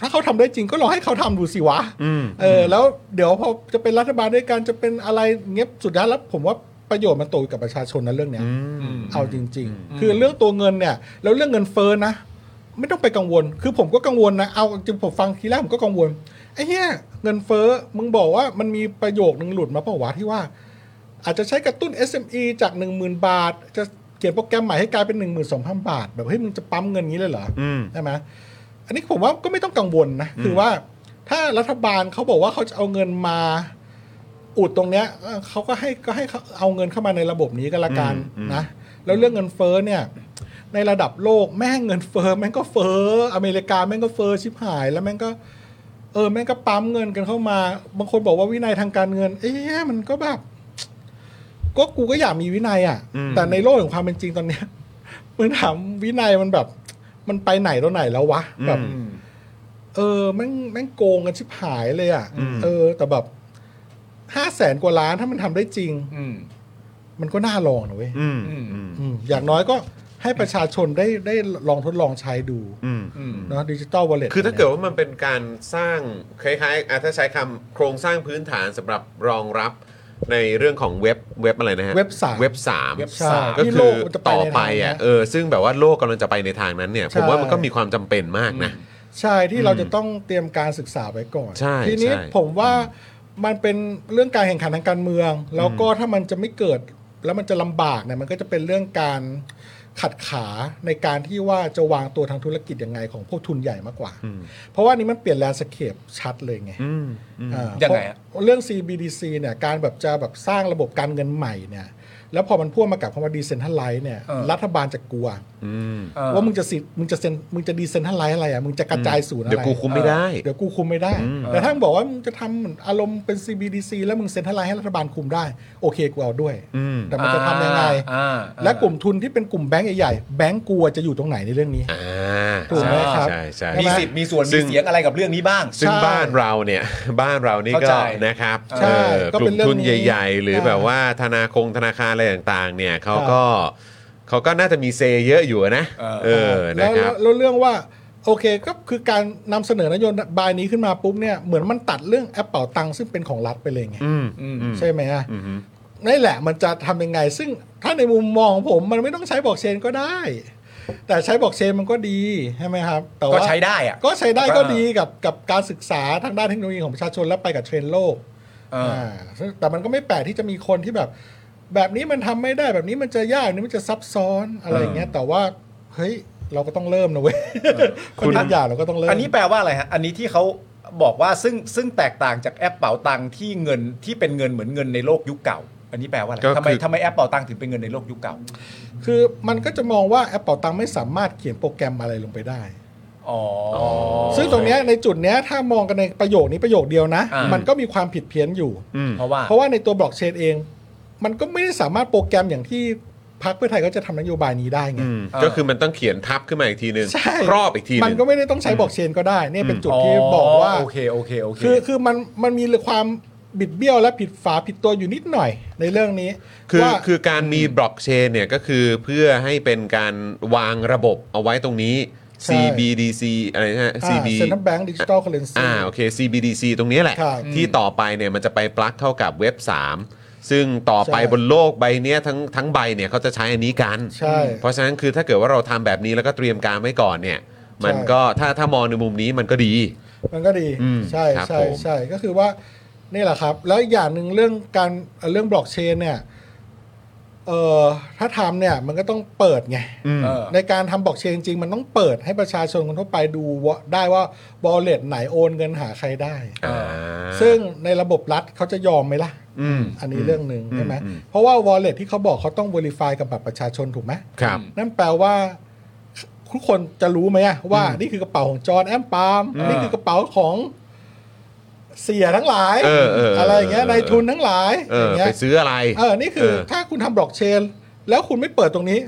ถ้าเขาทำได้จริงก็ลองให้เขาทำดูสิวะ
อืม
เออ แล้วเดี๋ยวพอจะเป็นรัฐบาลด้วยกันจะเป็นอะไรเงี้ย สุดท้ายแล้วผมว่าประโยชน์มันตกอยู่กับประชาชนนะเรื่องเนี้ย
อืม
เอาจริง ๆ คือเรื่องตัวเงินเนี่ย แล้วเรื่องเงินเฟ้อนะ ไม่ต้องไปกังวล คือผมก็กังวลนะ เอาจริงผมฟังทีแรกผมก็กังวล ไอ้เนี้ยเงินเฟ้อ มึงบอกว่ามันมีประโยคนึงหลุดมาเปล่าวะที่ว่า อาจจะใช้กระตุ้น SME จาก 10,000 บาท จะเขียนโปรแกรมใหม่ให้กลายเป็น 12,000 บาท แบบเฮ้ยมึงจะปั๊มเงินงี้เลยเหรอ
อืม
ใช่ไหมอันนี้ผมว่าก็ไม่ต้องกังวลนะ คือว่าถ้ารัฐบาลเขาบอกว่าเขาจะเอาเงินมาอุดตรงเนี้ยเอ่อเขาก็ให้ก็ให้เขาเอาเงินเข้ามาในระบบนี้ก็แล้วกัน
อืม
นะ แล้วเรื่องเงินเฟ้อเนี่ย ในระดับโลกแม่งเงินเฟ้อแม่งก็เฟ้ออเมริกาแม่งก็เฟ้อชิบหาย แล้วแม่งก็ เออแม่งก็ปั๊มเงินกันเข้ามา บางคนบอกว่าวินัยทางการเงิน เอ๊ะมันก็แบบ ก็กูก็อยากมีวินัยอ่ะ
อืม
แต่ในโลกของความเป็นจริงตอนเนี้ย มึงถามวินัยมันแบบ มันไปไหนตัวไหนแล้ววะแบบ
อืม
เออแม่งแม่งโกงกันชิบหายเลยอ่ะ
อืม
เออ แต่แบบห้าแสนกว่าล้านถ้ามันทำได้จริง
อืม
มันก็น่าลองนะเว้ย
อืม
อืม
อืม
อืมอย่างน้อยก็ให้ประชาชนได้ได้ลองทดลองใช้ดู
อืม
อืม
เนาะดิจิตอลวอลเล็ต
คือถ้าเกิดว่ามันเป็นการสร้างคล้ายๆอ่ะถ้าใช้คำโครงสร้างพื้นฐานสำหรับรองรับ ในเรื่องของเว็บเว็บอะไรนะฮะ
เว็บสาม
เว็บสาม
เว็บ
ใช่
ก็
ที่
คื
โล
อก
มันจะ
ต่อไป
ในทางนั้น
อ่ะ
น
เออซึ่งแบบว่าโลกกำลังจะไปในทางนั้นเนี่ย ผมว่ามันก็มีความจำเป็นมากนะ
ใช่ที่เราจะต้องเตรียมการศึกษาไว้ก่อน
ใช่
ทีนี้
ใช่
ผมว่ามันเป็นเรื่องการแข่งขันทางการเมือง แล้วก็ถ้ามันจะไม่เกิดแล้วมันจะลำบากเนี่ยมันก็จะเป็นเรื่องการขัดขาในการที่ว่าจะวางตัวทางธุรกิจยังไงของพวกทุนใหญ่มากกว่า เพราะว่านี้มันเปลี่ยนแลนด์สเคปชัดเลยไง
อืม
อ่า
ยังไงอะ
เพราะเรื่อง CBDC เนี่ยการแบบจะแบบสร้างระบบการเงินใหม่เนี่ยแล้วพอมันพ่วงมากับคำว่า decentralize เนี่ย
เออ
รัฐบาลจะกลัว
อืม
เออ
ว่ามึงจะสิมึงจะเซ็นมึงจะ decentralize อะไรอ่ะมึงจะกระจายศูนย์อะไร
เดี๋ยวกูคุมไม่ได้
เดี๋ยวกูคุมไม่ได้
อืม
แต่ถ้ามึงบอกว่ามึงจะทำเหมือนอารมณ์เป็น CBDC แล้วมึงเซ็นทรัลไลน์ให้รัฐบาลคุมได้ โอเคกูเอาด้วย
อืม
แต่มันจะทำยังไง
อ่า
และกลุ่มทุนที่เป็นกลุ่มแบงก์ใหญ่ๆแบงก์กลัวจะอยู่ตรงไหนในเรื่องนี้
อ่า
ถูกไหมครับ
ใช่ใช่
มีสิทธิ์มีส่วน
ซึ่
มี
ง
เสียงอะไรกับเรื่องนี้บ้าง
ซึ่ง
ใช่
บ้านเราเนี่ย บ้านเรานี่
เข้า
ก็
ใจ
นะครับ
ใช่
เอ่อ
ก็
ก
เป็
ลุ่
น
ม
เรื่อง
ทุน
นี้
ใหญ่ ๆ หรือ
ใช่
แบบว่าธนาคงธนาคารอะไรต่างๆ เนี่ยเขา
ใช่
ก็เขาก็น่าจะมีเซเยอะอยู่นะเออนะ
แล้ว
ครับ
แล้วเรื่องว่าโอเคก็คือการนำเสนอนโยบายนี้ขึ้นมาปุ๊บเนี่ยเหมือนมันตัดเรื่องแอปเป่าตังค์ซึ่งเป็นของรัฐไปเลยไง
อืม
อืม
อืม
ใช่ไหมฮะ
อืม
นี่แหละมันจะทำยังไง ซึ่งถ้าในมุมมองของผมมันไม่ต้องใช้บล็อกเชนก็ได้ แต่ใช้บล็อกเชนมันก็ดีใช่ไหมครับแต่
ก็
ว่า
ใช้ได้อ่ะ
ก็ใช้ได้ก็
อ่า
ดีกับกับการศึกษาทางด้านเทคโนโลยีของประชาชนและไปกับเทรนด์โลก
อ่า
อ่าซึ่งแต่มันก็ไม่แปลกที่จะมีคนที่แบบ แบบนี้มันทำไม่ได้แบบนี้มันจะยากแบบนี้มันจะซับซ้อนอะไรอย่างเงี้ย แต่ว่าเฮ้ยเราก็ต้องเริ่มนะเว้ยคนทุกอย่างเราก็ต้องเริ่ม
อันนี้แปลว่าอะไรฮะ อันนี้ที่เขาบอกว่าซึ่งซึ่งแตกต่างจากแอปเป๋าตังที่เงินที่เป็นเงินเหมือนเงินในโลกยุคเก่า อันนี้แปลว่าอะไรทำไมทำไมแอปเป๋าตังถึงเป็นเงินในโลกยุคเก่า
คือมันก็จะมองว่าแอปเป่าตังค์ไม่สามารถเขียนโปรแกรมอะไรลงไปได้
อ๋อ
ซึ่งตรงเนี้ยในจุดเนี้ยถ้ามองกันในประโยคนี้ประโยคเดียวนะ
อ่ามั
มันก็มีความผิดเพี้ยนอยู่
อืม
เพราะว่า
เพราะว่าในตัวบล็อกเชนเอง มันก็ไม่ได้สามารถโปรแกรมอย่างที่พรรคเพื่อไทยก็จะทำนโยบายนี้ได้ไง
อืม
เออ
ก็คือมันต้องเขียนทับขึ้นมาอีกทีหนึ่ง
ใช่
ครอบอีกทีห
มัน
นึ่ง
ก็ไม่ได้ต้องใช้บล็อกเชนก็ได้เนี่ยเป็นจุดที่บอกว่า
โอเคโอเคโอเค
คือคือมันมันมีความบิดเบี้ยวและผิดฝาผิดตัวอยู่นิดหน่อยในเรื่องนี้
คือ
ว่า
คือการมีบล็อกเชนเนี่ยก็คือเพื่อให้เป็นการวางระบบเอาไว้ตรงนี้ CBDC อะไรนะฮะ CB
เซ็นทรัลแบงก์ดิจิตอลเคอเรนซี
อ่าโอเค CBDC ตรงนี้แหละ
ครับ
ที่ต่อไปเนี่ยมันจะไปปลั๊กเข้ากับเว็บ 3 ซึ่งต่อไป
ใช่
บนโลกใบเนี้ยทั้งทั้งใบเนี่ยเขาจะใช้อันนี้กัน
ใช่
เพราะฉะนั้นคือถ้าเกิดว่าเราทำแบบนี้แล้วก็เตรียมการไว้ก่อนเนี่ย มัน
ใช่
ก็ถ้าถ้ามองในมุมนี้มันก็ดี
มันก็ดี
อืม
ใช่
ครับ
ใช่
ผม
ใช่ก็คือว่านี่แหละครับ แล้วอีกอย่างหนึ่งเรื่องการเอ่อเรื่องบล็อกเชนเนี่ยเอ่อถ้าทำเนี่ยมันก็ต้องเปิดไง
เออ
ในการทำบล็อกเชนจริงๆ มันต้องเปิดให้ประชาชนคนทั่วไปดูว่าได้ว่าบอลเลตไหนโอนเงินหาใครได้
า
ซึ่งในระบบรัฐเขาจะยอมไหมล่ะ
อืม
อันนี้เรื่องหนึ่งใช่ไหม
อืม
เพราะว่า wallet ที่เขาบอกเขาต้อง verify กับบัตรประชาชนถูกไหม
ครับ
นั่นแปลว่าทุกคนจะรู้ไหมอะว่านี่คือกระเป๋าของจอห์นแอมปาล์ม
อืม
นี่คือกระเป๋าของเสียทั้งหลาย
เออเออเออ
ไรอย่างเงี้ย
เออ
นายทุนทั้งหลาย
เอ
อ
อย่าง
เงี้
ไป
ย
ซื้ออะไร
เออนี่คือถ้าคุณทำบล็อกเชน แล้วคุณไม่เปิดตรงนี้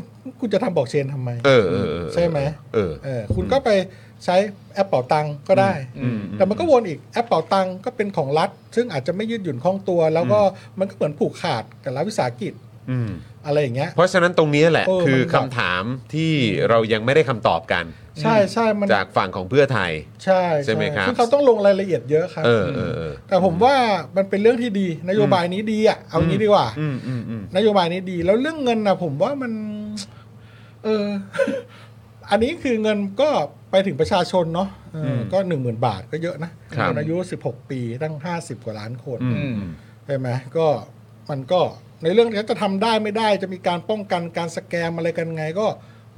คุณจะทำบล็อกเชนทำไม
เออเออเออ
ใช่ไหม
เออ
เออคุณก็ไปใช้แอปเป่าตังก็ได้
อืมอืม
แต่มันก็วนอีกแอปเป่าตังก็เป็นของรัฐ ซึ่งอาจจะไม่ยืดหยุ่นคล่องตัว แล้วก็มันก็เหมือนผูกขาดกับรัฐวิสาหกิจ
อืม
อะไรอย่างเงี้ย
เพราะฉะนั้นตรงนี้แหละ
เออ
คือ
มันแบบ
คำถามที่เรายังไม่ได้คำตอบกัน
ใช่ใช่มัน
จากฝั่งของเพื่อไทย
ใช่
ใช่ไหมครับ
ซึ่งเขาต้องลงรายละเอียดเยอะครับ
เออเออเออ
แต่ผมว่ามันเป็นเรื่องที่ดี นโยบายนี้ดีอ่ะเอางี้ดีกว่า
อืมอืมอืม
นโยบายนี้ดีแล้วเรื่องเงินนะผมว่ามัน เออ อันนี้คือเงินก็ไปถึงประชาชนเนาะเออ
ม
ก็หนึ่งหมื่นบาทก็เยอะนะครับ นอายุสิบหกปีตั้งห้าสิบกว่าล้านคน
อืม
อืม
ใช่ไหมก็มันก็ในเรื่องที่จะทำได้ไม่ได้จะมีการป้องกันการสแกมอะไรกันไง ก็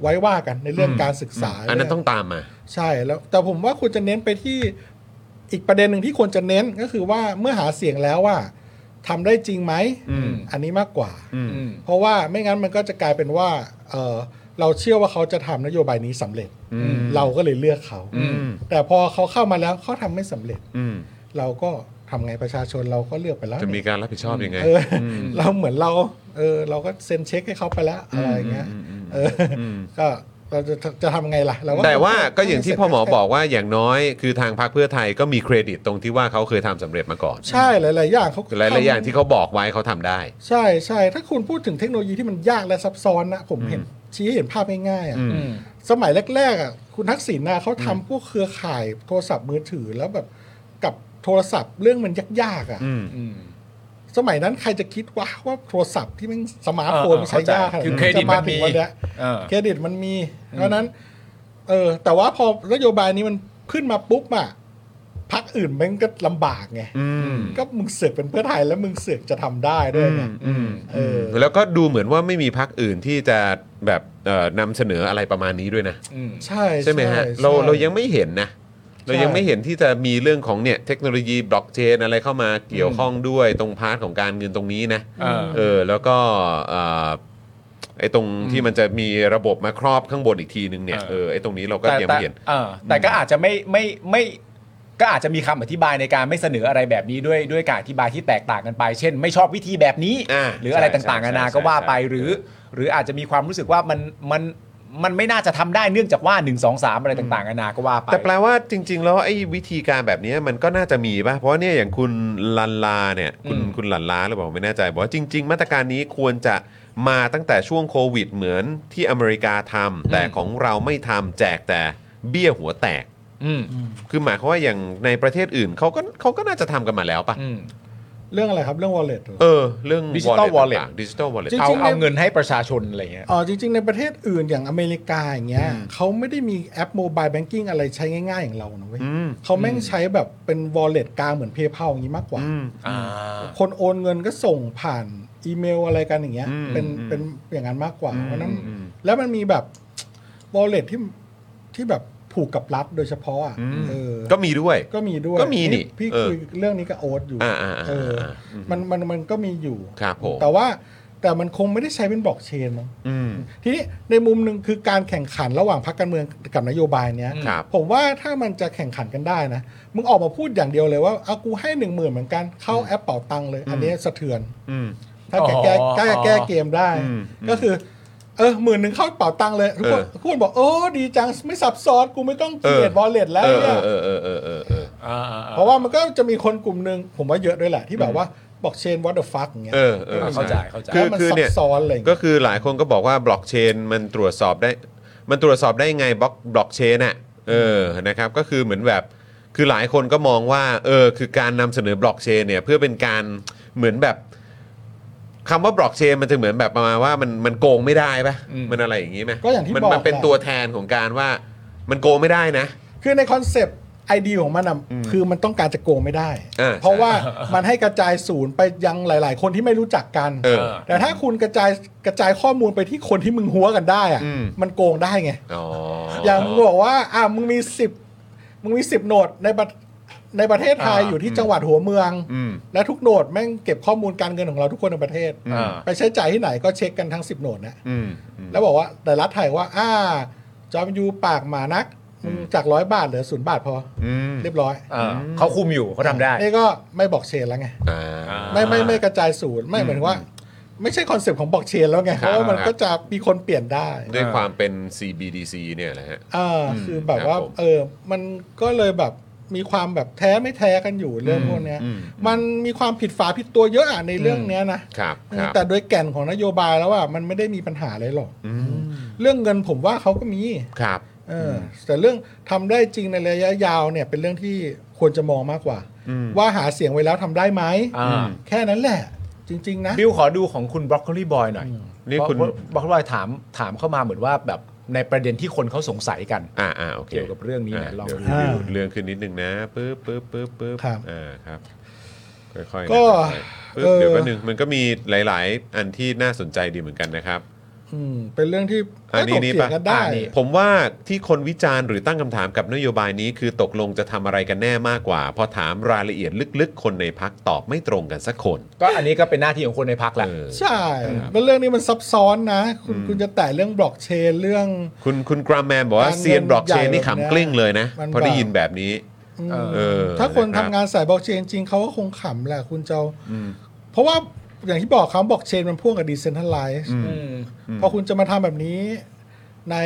ไว้ว่ากันในเรื่องการศึกษา
อันนั้น
เย
ต้องตามมา
ใช่แล้วแต่ผมว่าควรจะเน้นไปที่อีกประเด็นหนึ่งที่ควรจะเน้นก็คือว่าเมื่อหาเสียงแล้วว่าทำได้จริงไหม
อืม
อันนี้มากกว่า
อืม
อืม
เพราะว่าไม่งั้นมันก็จะกลายเป็นว่าเอ่อเราเชื่อว่าเขาจะทำนโยบายนี้สำเร็จ
อืม
เราก็เลยเลือกเขา
อืม
แต่พอเขาเข้ามาแล้วเขาทำไม่สำเร็จ
อืม
เราก็ทำไงประชาชนเราก็เลือกไปแล้ว
จะมีการรับผิดชอบยังไง
เอออเราเหมือนเราเออเราก็เซ็นเช็คให้เขาไปแล้วอะไรอย่างเงี้ยเอออก็เราจะจะทำไงล่ะเราก็
แต่ว่าก็อย่างที่พ่อหมอบอกว่าอย่างน้อยคือทางพรรคเพื่อไทยก็มีเครดิตตรงที่ว่าเขาเคยทำสำเร็จมาก่อน
ใช่หลาย ๆ อย่างเขา
หลายๆอย่างที่เขาบอกไว้เขาทำได้
ใช่ใช่ถ้าคุณพูดถึงเทคโนโลยีที่มันยากและซับซ้อนนะผมเห็นชี้ให้เห็นภาพง่ายๆอ่ะ
อืม
สมัยแรก ๆ อ่ะ คุณทักษิณนะเขาทำพวกเครือข่ายโทรศัพท์มือถือแล้วแบบกับโทรศัพท์เรื่องมันยาก ๆ อ่ะ
อืม
อืม
สมัยนั้นใครจะคิดว่าว่าโทรศัพท์ที่มันสมาร์ทโฟน
เออเออ
มันใช้ยากขนาด
คือ
นั้น
เครดิต
จะ
มั
มา
นมี
ถึงวันเนี้ย
เออ
เครดิตมันมีเพราะฉะนั้น เออ แต่ว่าพอนโยบายนี้มันขึ้นมาปุ๊บอะพักอื่นมันก็ลำบากไง
อืม
ก็มึงเสือกเป็นเพื่อไทยแล้วมึงเสือกจะทำได้ด้วยไง
อืม
เออ
แล้วก็ดูเหมือนว่าไม่มีพักอื่นที่จะแบบเอ่อนำเสนออะไรประมาณนี้ด้วยนะ
อืม
ใช่
ใช่ไหมฮะ
ใช่
เราเรายังไม่เห็นนะ เรายังไม่เห็นที่จะมีเรื่องของเนี่ยเทคโนโลยีบล็อกเชนอะไรเข้ามาเกี่ยวข้องด้วยตรงพาร์ทของการเงินตรงนี้นะ
เออ
เออแล้วก็เอ่อไอ้ตรงที่มันจะมีระบบมาครอบข้างบนอีกทีนึงเนี่ยเออไอ้ตรงนี้เราก็
แต่
ยัง
แต่
ไม่เห็น
เออแต่ก็อาจจะไม่ไม่ไม่ก็อาจจะมีคำอธิบายในการไม่เสนออะไรแบบนี้ด้วยด้วยการอธิบายที่แตกต่างกันไป เช่น ไม่ชอบวิธีแบบนี้
อ่า
หรืออะไร
ใช่
ต่างๆนานา
ใช่
ก็ว่าไป
ใช่
หรือ
ใช่
หรืออาจจะมีความรู้สึกว่ามันมันมันไม่น่าจะทำได้เนื่องจากว่า1 2 3 อะไรต่างๆนานาก็ว่าไป
แต่แปลว่าจริง ๆ แล้วไอ้วิธีการแบบนี้มันก็น่าจะมีป่ะเพราะว่าเนี่ยอย่างคุณลันลาเนี่ยคุณ
อืม
คุณลันลาหรือเปล่าไม่แน่ใจบอกว่าจริง ๆ มาตรการนี้ควรจะมาตั้งแต่ช่วงโควิดเหมือนที่อเมริกาทำแต่ของเราไม่ทำแจกแต่เบี้ยหัวแตก
อืม
คือหมายความว่าอย่างในประเทศอื่นเขาก็เขาก็น่าจะทำกันมาแล้วป่ะ
อืม
เรื่องอะไรครับเรื่อง wallet เหรอ
เออ เรื่อง
Digital wallet
ดิจิตอลวอลเล็ต
จริง
เอา
ๆ
เอา
ใน
เงินให้ประชาชนอะไรเงี้ย
อ๋อจริง ๆ ในประเทศอื่นอย่างอเมริกาอย่างเงี้ยเขาไม่ได้มีแอปโมบายแบงกิ้งอะไรใช้ง่าย ๆ อย่างเรานะเว้ย
อืม
เขาแม่งใช้แบบเป็น wallet กลางเหมือน PayPal อย่างงี้มากกว่า
อืม
อ่า
คนโอนเงินก็ส่งผ่านอีเมลอะไรกันอย่างเงี้ย
อืม
เป็น
อืม
เป็นอย่างนั้นมากกว่า
อืม
เพราะฉะนั้น
อืม
แล้วมันมีแบบ wallet ที่ที่แบบผูกกับรัฐโดยเฉพาะอ่ะ
อืม
เออ
ก็มีด้วย
ก็มีด้วย
ก็มีนี่
พี่
เออ
คุยเรื่องนี้กับโอ๊ตอยู่
อ่าๆๆ
เออ
ม
มันมันมันก็มีอยู่
ครับผม
แต่ว่าแต่มันคงไม่ได้ใช้เป็นบล็อกเชนมั้ง
อืม
ทีนี้ในมุมหนึ่งคือการแข่งขันระหว่างพรรคการเมืองกับนโยบายเนี้ย
ครับ
ผมว่าถ้ามันจะแข่งขันกันได้นะมึงออกมาพูดอย่างเดียวเลยว่าเอากูให้หนึ่งหมื่นเหมือนกันเข้าแอปเป่าตังเลย อันนี้สะเทือน
อืม
ถ้าแกแก้
อ๋อ
แก้แก้เกมได้
อืม
ก็คือ เออหมื่นหนึ่งเข้าเป่าตังเลยทุกคน
เออ
ทุกคนบอกโอ้ดีจังไม่ซับซ้อนกูไม่ต้องเกียดวอลเล็ตแล้ว
เออ
เนี่ย
เออเออเออเออเออ
อ่า
เพราะว่ามันก็จะมีคนกลุ่มหนึ่งผมว่าเยอะด้วยแหละ ที่แบบว่าบอกเชนวัตเดอร์ฟักอย่างเงี้ย
เออเออ
อ่าเข้าใจเข้าใจ
คือ
แล้วมัน
คือ
ซั
เนี่ย
บซ้อนอะไรอย่าง
ก็
เงี้ย
คือหลายคนก็บอกว่าบล็อกเชนมันตรวจสอบได้ มันตรวจสอบได้ไงบล็อกบล็อกเชนอ่ะเออนะครับก็คือเหมือนแบบคือหลายคนก็มองว่าเออคือการนำเสนอบล็อกเชนเนี่ยเพื่อเป็นการเหมือนแบบคำว่าบล็อกเชนมันจะเหมือนแบบประมาณว่ามันมันโกงไม่ได้ปะ
อืม
มันอะไรอย่างนี้ไหม
ก็อย่างที่
มัน
บอก
มันเป็น
แหละ
ตัวแทนของการว่ามันโกงไม่ได้นะ
คือในคอนเซปต์ไอเดียของมันอะคือมันต้องการจะโกงไม่ได้
เออใช่
เพราะว่ามันให้กระจายศูนย์ไปยังหลาย ๆ คนที่ไม่รู้จักกัน
เออ
แต่ถ้าคุณกระจายกระจายข้อมูลไปที่คนที่มึงหัวกันได้อะ
อืม
มันโกงได้ไง
อ๋อ
อ
อ
ย่างมึงบอกว่าอ่ะมึงมีสิบมึงมีสิบโหนดในประในประเทศไทย
อ่า
อยู่ที่จังหวัดหัวเมือง
อืม
และทุกโหนดแม่งเก็บข้อมูลการเงินของเราทุกคนในประเทศ
อ่า
ไปใช้จ่ายที่ไหนก็เช็คกันทั้ง 10 โหนดนะ
อืมอืม
แล้วบอกว่าแต่รัฐไทยว่า อ้า จอมยูปากหมานักมึงจากร้อยบาทเหลือศูนย์บาทพออ
อืม
เรียบร้อย
อ่าเขาคุมอยู่เขาทำได้
นี่ก็ไม่บอกเชนแล้วไง
อ่า
ไม่ไม่ไม่กระจายศูนย์ไม่เหมือนว่า ไม่ใช่คอนเซปต์ของบอกเชนแล้วไง
ค
เพ
รับ
ราะว่ามัน
ครับ
ก็จะมีคนเปลี่ยนได้
ด้วยความเป็น CBDC เนี่ยแหละฮะ
อ่าคือแบบว่า
ครับผม
เออ มันก็เลยแบบมีความแบบแท้ไม่แท้กันอยู่เรื่องพวกเนี้ย
อืม
มันมีความผิดฝาผิดตัวเยอะอะในเรื่องเนี้ยนะ
ครับครับ
แต่โดยแก่นของนโยบายแล้วว่ามันไม่ได้มีปัญหาอะไรหรอกเรื่องเงินผมว่าเขาก็มี
ครับ
เอออแต่เรื่องทำได้จริงในระยะยาวเนี่ย เป็นเรื่องที่ควรจะมองมากกว่า ว่าหาเสียงไว้แล้วทำได้ไหม
อ่า
แค่นั้นแหละ จริง ๆ นะ
บิวขอดูของคุณบรอกโคลีบอยหน่อย
นี่คุณ
บรอกโคลีบอยถามถามเข้ามาเหมือนว่าแบบในประเด็นที่คนเขาสงสัยกัน
อ่าอ่าโอเค
เกี่ยวกับเรื่องนี้นะลอง
เดี๋ยว
ดู
รีวิวเรื่องขึ้นนิดนึงนะปึ๊บปึ๊บปึ๊บปึ๊บ
ครับ
อ่าครับ ค่อยๆนะ
ก็
ค่อยๆปึ๊
เอบ อ
เดี๋ยวแป๊บนึงมันก็มีหลาย ๆ อันที่น่าสนใจดีเหมือนกันนะครับ
อืมเป็นเรื่องที่
อันนี้
ก็ถก
นี่
เถีย
ปะ
งกันได้
อ่านี่
ผมว่าที่คนวิจารณ์หรือตั้งคำถามกับนโยบายนี้คือตกลงจะทำอะไรกันแน่มากกว่า พอถามรายละเอียดลึกๆ คนในพักตอบไม่ตรงกันสักคน
ก็อันนี้ก็เป็นหน้าที่ของคนในพักแหละ
เออ
ใช่
ครับ
แล้วเรื่องนี้มันซับซ้อนนะ คุณคุณจะแตะเรื่องบล็อกเชนเรื่อง
คุณคุณกรามแมนบอกว่า
การเงิน
เซียนบล็อกเชน
ใหญ่
นี่
แบบเนี้ย
ขำกลิ้งเลยนะ
มัน
พอได้
แบบ
ยินแบบนี้
อืม
เออ
เออ
ถ้าคนทำ
รับ
งานสายบล็อกเชนจริงเขาก็คงขำแหละคุณจะเอาเพราะว่าอย่างที่บอกคำบล็อกเชนมันพ่วงกับดีเซนทัลไลซ์
อืม
พอคุณจะมาทำแบบนี้ใน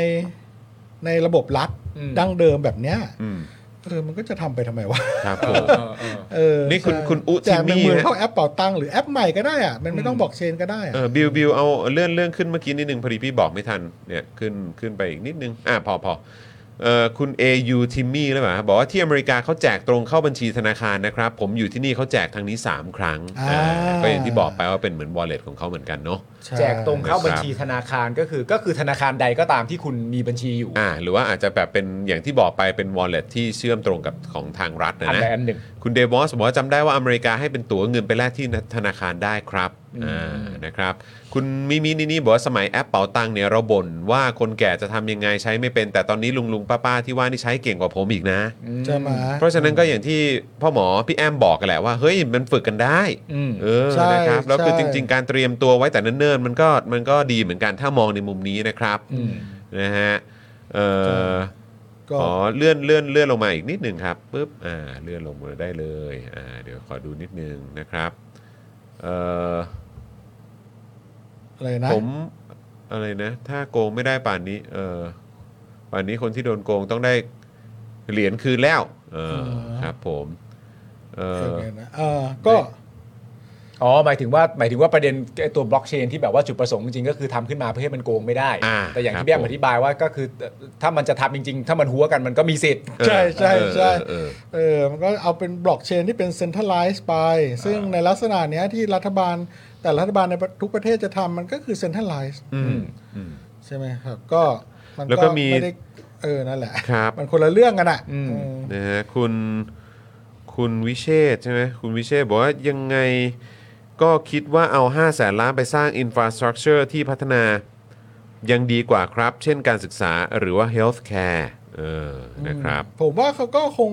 ในระบบรัฐ
อืม
ดั้งเดิมแบบเนี้ย
อืม
เออมันก็จะทำไปทำไมวะ
ครับผม
เออเออ
เออ
นี่คุณ
ใช่
คุณอุ
แจก
ทิมมี่
เป็นหมื่น
ฮะ
เข้าแอปเป่าตังค์หรือแอปใหม่ก็ได้อะมันไม่ต้องบล็อกเชนก็ได้อะ
เออบิวบิวเอาเลื่อนเลื่อนขึ้นเมื่อกี้นิดนึงพอดีพี่บอกไม่ทันเนี่ยขึ้นขึ้นไปอีกนิดนึงอ่ะพอพอ เอ่อคุณ AU ทิมมี่หรือเปล่าบอกว่าที่อเมริกาเขาแจกตรงเข้าบัญชีธนาคารนะครับ ผมอยู่ที่นี่เขาแจกทางนี้ 3 ครั้ง
อ่า
อ่าก็อย่างที่บอกไปว่าเป็นเหมือน wallet ของเขาเหมือนกันเนาะ
แจกตรงเข้า
ใช่
บัญชีธนาคารก็คือก็คือธนาคารใดก็ตามที่คุณมีบัญชีอยู่
อ่าหรือว่าอาจจะแบบเป็นอย่างที่บอกไปเป็น wallet ที่เชื่อมตรงกับของทางรัฐนะ
อัน
นะ
ใดอันหนึ่ง
คุณเดวอสบอกว่าจำได้ว่าอเมริกาให้เป็นตั๋วเงินไปแลกที่ธนาคารได้ครับอ่านะครับคุณมิมินี่นี่บอกว่าสมัยแอปเป๋าตังเนี่ยเราบ่นว่าคนแก่จะทำยังไงใช้ไม่เป็น แต่ตอนนี้ลุงลุงป้าป้าๆที่ว่านี่ใช้เก่งกว่าผมอีกนะ
ใช่ไหม
เพราะฉะนั้นก็อย่างที่พ่อหมอพี่แอมบอกกันแหละว่าเฮ้ยมันฝึกกันได้
อืม
เออ
ใช่
นะครับแล้วคือ
ใช่
จริง ๆ การเตรียมตัวไว้แต่เนิ่นๆมันก็มันก็ดีเหมือนกันถ้ามองในมุมนี้นะครับนะฮะเอ่อ
ก็
อ๋อเลื่อนเลื่อนเลื่อนลงมาอีกนิดหนึ่งครับปุ๊บอ่าเลื่อนลงมาได้เลยอ่าเดี๋ยวขอดูนิดนึงนะครับเอ่อ
อะไรนะ
ผมอะไรนะ ถ้าโกงไม่ได้ป่านนี้เออป่านนี้คนที่โดนโกงต้องได้เหรียญคืนแล้วเออ
อ๋อ
ครับผมเออ
เดี๋ยวนะเออก็
อ๋อหมายถึงว่าหมายถึงว่าประเด็นไอ้ตัวบล็อกเชนที่แบบว่าจุดประสงค์จริงๆก็คือทำขึ้นมาเพื่อให้มันโกงไม่ได้
อ่า
แต่อย่าง
ครั
ที่
บ
เบี้ยม
ผม
อธิบายว่าก็คือเอ่อถ้ามันจะทำจริง ๆ ถ้ามันหัวกันมันก็มีสิทธิ์
เออ
ใช่ใช่
เออ
ใช่
เออ
เออมันก็เอาเป็นบล็อกเชนที่เป็นเซ็นทรัลไลซ์ไป ซึ่งในลักษณะเนี้ยที่รัฐบาลแต่รัฐบาลในทุกประเทศจะทำมันก็คือเซ็นทรัลไลซ์
อืม
ใช่ไหมครับ ก็มัน
แล้วก็มี
ไได้เออนั่นแหละ
ครับ
มันคนละเรื่องกันอ่ะ
อืม
เออ
นะฮะคุณคุณวิเชษฐ์ใช่ไหมคุณวิเชษฐ์บอกว่ายังไงก็คิดว่าเอา 5 0 0แสนล้านไปสร้างอินฟราสตรักเจอร์ที่พัฒนายังดีกว่าครับ เช่นการศึกษาหรือว่าเฮลท์แคร์เออนะครับ
ผมว่าเขาก็คง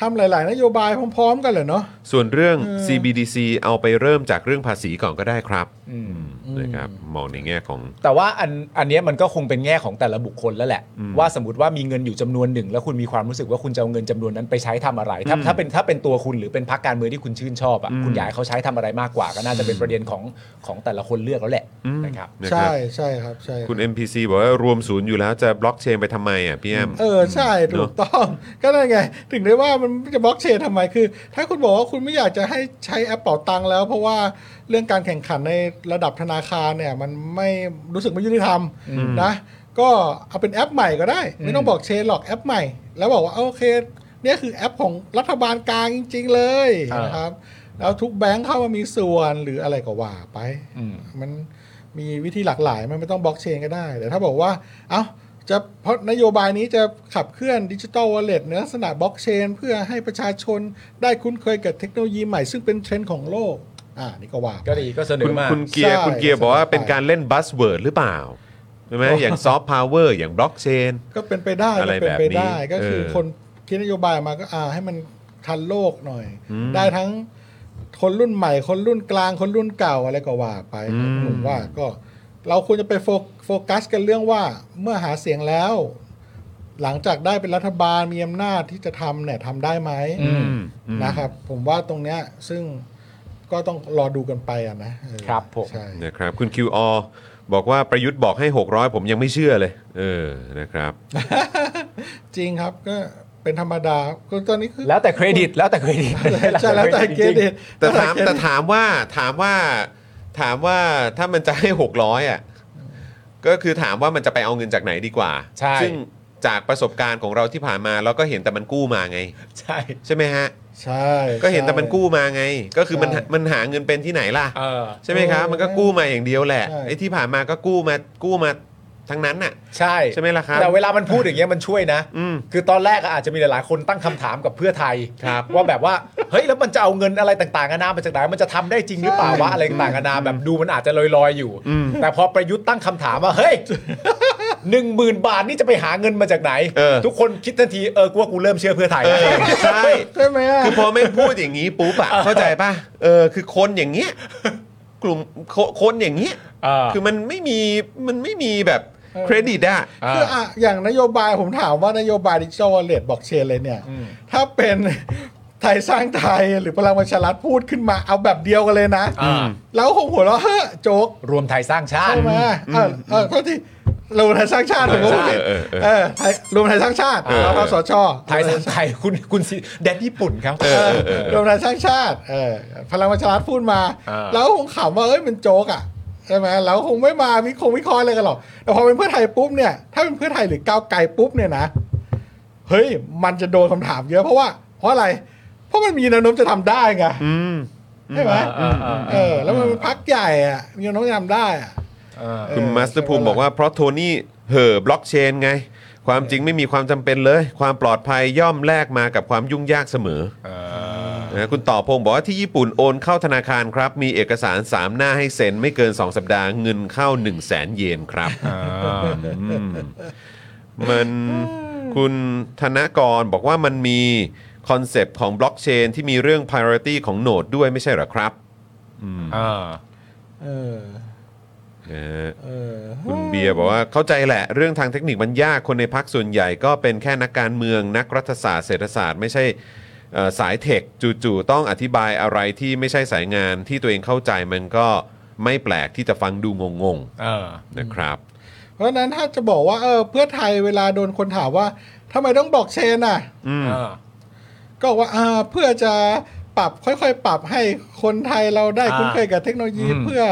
ทำหลาย ๆ นโยบายพร้อม ๆ กันแหละเนาะ
ส่วนเรื่อง CBDC เอาไปเริ่มจากเรื่องภาษีก่อนก็ได้ครับอืมนะครับมองในแง่ของ
แต่ว่าอันอันเนี้ยมันก็คงเป็นแง่ของแต่ละบุคคลแล้วแหละ ว่าสมมติว่ามีเงินอยู่จำนวนหนึ่ง แล้วคุณมีความรู้สึกว่าคุณจะเอาเงินจำนวนนั้นไปใช้ทำอะไร ถ้าถ้าเป็นถ้าเป็นตัวคุณหรือเป็นพรรคการเมืองที่คุณชื่นชอบอ่ะคุณอยากให้เขาใช้ทำอะไรมากกว่า ก็น่าจะเป็นประเด็นของของแต่ละคนเลือกแล้วแหละนะครับ
นะครั
ใช่
บ
ใช่ครับใช่
คุณ MPC บอกว่ารวมศูนย์อยู่แล้วจะบล็อกเชนไปทำไมอ่ะพี่แอม
เออ ใช่ถูกต้อง ก็นั่นไง ถึงได้ว่ามันจะบล็อกเชนทำไมคือ ถ้าคุณบอกว่าคุณไม่อยากจะให้ใช้แอปเป่าตังค์แล้ว เพราะว่าเรื่องการแข่งขันในระดับธนาคารเนี่ย มันไม่รู้สึกไม่ยุติธรรมนะ ก็เอาเป็นแอปใหม่ก็ได้ ไม่ต้องบอกเชนหรอกแอปใหม่ แล้วบอกว่าโอเคเนี่ยคือแอปของรัฐบาลกลางจริง ๆ เลย
อ่าน
นะครับ แล้วทุกแบงค์เข้ามามีส่วนหรืออะไรก็ว่าไป มันมีวิธีหลากหลายมันไม่ต้องบล็อกเชนก็ได้ แต่ถ้าบอกว่า เอ้าจะเพราะนโยบายนี้จะขับเคลื่อนดิจิทัลวอลเล็ตในลักษณะบล็อกเชน เพื่อให้ประชาชนได้คุ้นเคยกับเทคโนโลยีใหม่ซึ่งเป็นเทรนด์ของโลก อ่านี่ก็ว่าไป
ก็ดีก็เสน
คุ
อ
ณ
มา
คุณเกียร์
ใช่
คุณเกียร์บอกว่าเป็น
ใช่
การเล่นบัสเวิร์ดหรือเปล่าใช่ไหมอย่างซอฟต์พาวเวอร์อย่างบล็อกเชน
ก็เป็นไปได้
อะไร
ก็เป็
แบ
นไป
บนี้
ได้ก็คือ
เออ
คนคิดนโยบายมาก็อ่าให้มันทันโลกหน่อย ได้ทั้งคนรุ่นใหม่ คนรุ่นกลางคนรุ่นเก่าอะไรก็ว่าไปผมว่าก็ เราควรจะไปโฟกโฟกัสกันเรื่องว่าเมื่อหาเสียงแล้ว หลังจากได้เป็นรัฐบาลมีอำนาจที่จะทำเนี่ยทำได้ไหม
อืม
นะครับ ผมว่าตรงเนี้ยซึ่งก็ต้องรอดูกันไปอ่ะนะเออ
ครับผม
ใช่
นะครับคุณ QR บอกว่าประยุทธ์บอกให้ 600 ผมยังไม่เชื่อเลย เออนะครับ
จริงครับก็เป็นธรรมดาก็ตอนนี้คือ
แล้วแต่เครดิตแล้วแต่เครดิต
ใช่แล้วแต่เกรดิต
แต่ถามแต่ถามว่าถามว่าถามว่าถ้ามันจะให้ 600อ่ะก็คือถามว่ามันจะไปเอาเงินจากไหนดีกว่า
ใช่
ซึ่งจากประสบการณ์ของเราที่ผ่านมาเราก็เห็นแต่มันกู้มาไง
ใช่
ใช่ไหมฮะ
ใช่
ก็เห็นแต่มันกู้มาไง ก็คือมัน
ใช่
มันหาเงินเป็นที่ไหนล่ะ
เออ
ใช่ไหมครับ
เออ
มันก็กู้มาอย่างเดียวแหละ
ใช่
ไอ้ที่ผ่านมาก็กู้มากู้มาทั้งนั้นน่ะ
ใช่
ใช่ไหมล่ะครับ
แต่เวลามันพูดอย่างเงี้ยมันช่วยนะ
อืม
คือตอนแรกอะอาจจะมีหลายๆคนตั้งคำถามกับเพื่อไทย
ครับ
ว่าแบบว่า เฮ้ย แล้วมันจะเอาเงินอะไรต่างๆกันานามาจากไหนมันจะทำได้จริงหรือเปล่าวะอะไรต่างๆกันานาแบบดูมันอาจจะลอยๆอยู่ แต่พอประยุทธ์ตั้งคำถามว่า เฮ้ย หนึ่งหมื่นบาทนี่จะไปหาเงินมาจากไหน
เออ
ทุกคนคิดทันทีเออกูว่ากูเริ่มเชื่อเพื่อไทย
เอ
แล้ว
อใช่
ใช่ไหมอ่ะ
คือพอไม่งพูดอย่างนี้ปุ๊บอะเข้าใจป่ะเออคือคนอย่างเงี้ยกลุ่มคคนอย่างเงี้ย
อ่า
คือมันไม่มีมันไม่มีแบบ
เออ
เครดิตอะ
คืออ่ะอย่างนโยบายผมถามว่านโยบายดิจิทัลวอลเล็ตบล็อกเชนเลยเนี่ย ถ้าเป็น ไทยสร้างไทยหรือพลังประชารัฐพูดขึ้นมาเอาแบบเดียวกันเลยนะ
อ่า
แล้วคงหัวเราะเฮ้อโจ๊ก
รวมไทยสร้างชาติ
ใช่ไหมเออเออโทษทีรวมไทยสร้างชาติผมก็พูดผิด
เออเออ
เออไทยรวมไทยสร้างชาติ
เออ
แล้วก็สช
ไทยสร้างไทยคุณคุณสิแดนญี่ปุ่นครับ
เออ
เออรวมไทยสร้างชาติเออพลังประชารัฐพูดมา
อ่า
แล้วคงขำว่าเอ้ยมันโจ๊กอ่ะใช่ไหมแล้วคงไม่มาวิคงวิเคราะห์อะไรกันหรอกแต่พอเป็นเพื่อไทยปุ๊บเนี่ยถ้าเป็นเพื่อไทยหรือก้าวไกลปุ๊บเนี่ยนะ เฮ้ยมันจะโดนคำถามเยอะเพราะว่า เพราะอะไร เพราะมันมีแนวโน้มจะทำได้ไง
อืม
ใช่ไหม
เออเออเออ
เออ แล้วมันเป็นพักใหญ่อะมีแนวโน้มจะทำได้อะเออ
คุณมาสเตอร์ภูมิบอกว่าเพราะโทนี่เห่อบล็อกเชนไง ความจริงไม่มีความจำเป็นเลย ความปลอดภัยย่อมแลกมากับความยุ่งยากเสมอนะคุณต่อพงศ์บอกว่าที่ญี่ปุ่นโอนเข้าธนาคารครับ มีเอกสาร 3 หน้าให้เซ็นไม่เกิน 2 สัปดาห์เงินเข้า 1 0 0 0 0แสนเยนครับอืมมันคุณธนกรบอกว่ามันมีคอนเซปต์ของบล็อกเชนที่มีเรื่อง priority ของโนดด้วยไม่ใช่เหรอครับ
เออ
นะฮะ
เออ
คุณเบียร์บอกว่าเข้าใจแหละ เรื่องทางเทคนิคมันยากคนในพักส่วนใหญ่ก็เป็นแค่นักการเมืองนักรัฐศาสตร์เศรษฐศาสตร์ไม่ใช่เอ่อสายเทคจู่ๆต้องอธิบายอะไรที่ไม่ใช่สายงานที่ตัวเองเข้าใจมันก็ไม่แปลกที่จะฟังดูงง
เออ
ๆนะครับ
เพราะฉะนั้นถ้าจะบอกว่าเออเพื่อไทยเวลาโดนคนถามว่าทำไมต้องบล็อกเชนอ่ะ
อืม
เออ
ก็บอกว่าอ่าเพื่อจะปรับค่อยๆ ปรับให้คนไทยเราได้
อ่า
คุ้นเคยกับเทคโนโลยี
อืม
เพื่อ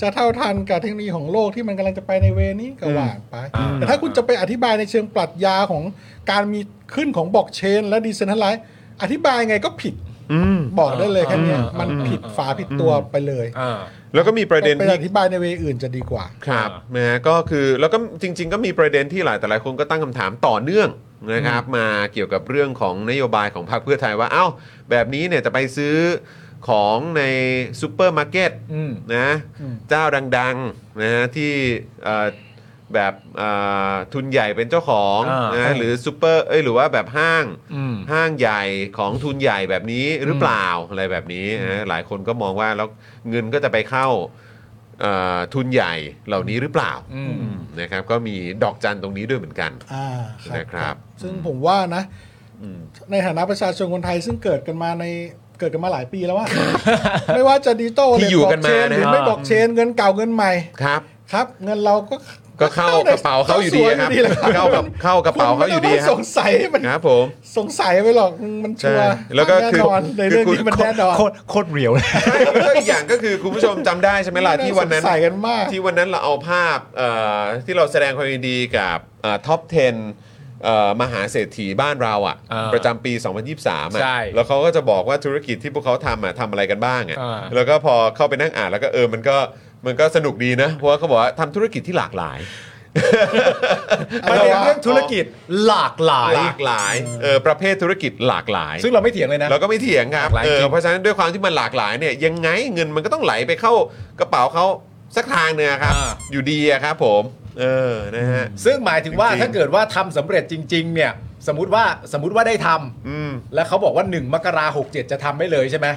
จะเท่าทันกับเทคโนโลยีของโลกที่มันกำลังจะไปในเวนี้ก็ว่าไป
อืม
แต่ถ้าคุณจะไปอธิบายในเชิงปรัชญาของการมีขึ้นของบล็อกเชน และดิเซนทัลไลซ์อธิบายไงก็ผิด
อืม
บอกได้เลยแค่เนี้ย
อืม
มันผิดฝาผิดตัวไปเลย
เออ
แล้วก็มีประเด็น
ไป
ที่
อธิบายในเวอื่นจะดีกว่า
ครับ
อ่า
นะฮะก็คือแล้วก็จริง ๆ ก็มีประเด็นที่หลายแต่หลายคนก็ตั้งคำถามต่อเนื่องนะครับ มาเกี่ยวกับเรื่องของนโยบายของพรรคเพื่อไทยว่าเอ้า แบบนี้เนี่ยจะไปซื้อของในซูเปอร์มาร์เก็ต
อืม
นะ
อืม
เจ้าดังๆนะฮะที่เอ่อแบบเอ่อทุนใหญ่เป็นเจ้าของนะฮะหรือซูเปอร์เอ้ยหรือว่าแบบห้าง
อืม
ห้างใหญ่ของทุนใหญ่แบบนี้หรือเปล่าอะไรแบบนี้นะหลายคนก็มองว่าแล้วเงินก็จะไปเข้าเอ่อทุนใหญ่เหล่านี้หรือเปล่า
อืม
อืมนะครับ ก็มีดอกจันตรงนี้ด้วยเหมือนกัน
อ่าครับ
นะครับ
ซึ่งผมว่านะ
อืม
ในฐานะประชาชนคนไทยซึ่งเกิดกันมาในเกิดกันมาหลายปีแล้วว่า ไม่ว่าจะดิจิตอล
ที่อยู่กันมา
หรือ
นะ
ไม่บล็อกเชนเงินเก่าเงินใหม่
ครับ
ครับ เงินเราก็
ก็เข้ากระเป๋าเขาอยู่ดีครับ
เข้าสวยอยู่แหละ
เข้ากับเข้ากระเป๋าเขาอยู่ดี
คุณไม่
ค
ต้ง
รับ
สงสัยให้มัน
ครับผม
สงสัยไปหรอกมันชั
ใช่
วร์
แล้วก็คือ
แน่นอนในเรื่องนี้มันแน่นอน
โคตรโคตรเรียวเลย
ใช่แล้วก็อีกอย่างก็คือคุณผู้ชมจำได้ใช่ไหม ล่ะที่วันนั้น
สงสัยกันมาก
ที่วันนั้นเราเอาภาพเอ่อที่เราแสดงความยินดีกับท็อป 10เอ่อมหาเศรษฐีบ้านเราอะ
อ่า
ประจำปี 2023อะ
ใช่
แล้วเขาก็จะบอกว่าธุรกิจที่พวกเขาทำอะทำอะไรกันบ้างอะ
อ่า
แล้วก็พอเข้าไปนั่งอ่านแล้วก็เออมันก็มันก็สนุกดีนะ เพราะว่าเขาบอกว่าทำธุรกิจที่หลากหลาย
ประเด็นเรื่องธุรกิจหลากหลาย
หลากหลายเออประเภทธุรกิจหลากหลาย
ซึ่งเราไม่เถียงเลยนะ
เราก็ไม่เถียงครับ
หลากหลาย
เออ
จริง
เพราะฉะนั้นด้วยความที่มันหลากหลายเนี่ยยังไงเงินมันก็ต้องไหลไปเข้ากระเป๋าเขาสักทางเนี่ยครับ อยู่ดีอะครับผม เออนะฮะ
ซึ่งหมายถึงว่า
จริงๆ
ถ้าเกิดว่าทำสำเร็จจริง ๆ เนี่ย สมมติว่าสมมติว่าได้ทำ
อืม
แล้วเขาบอกว่า 1 มกราหกเจะทำได้เลยใช่ไหม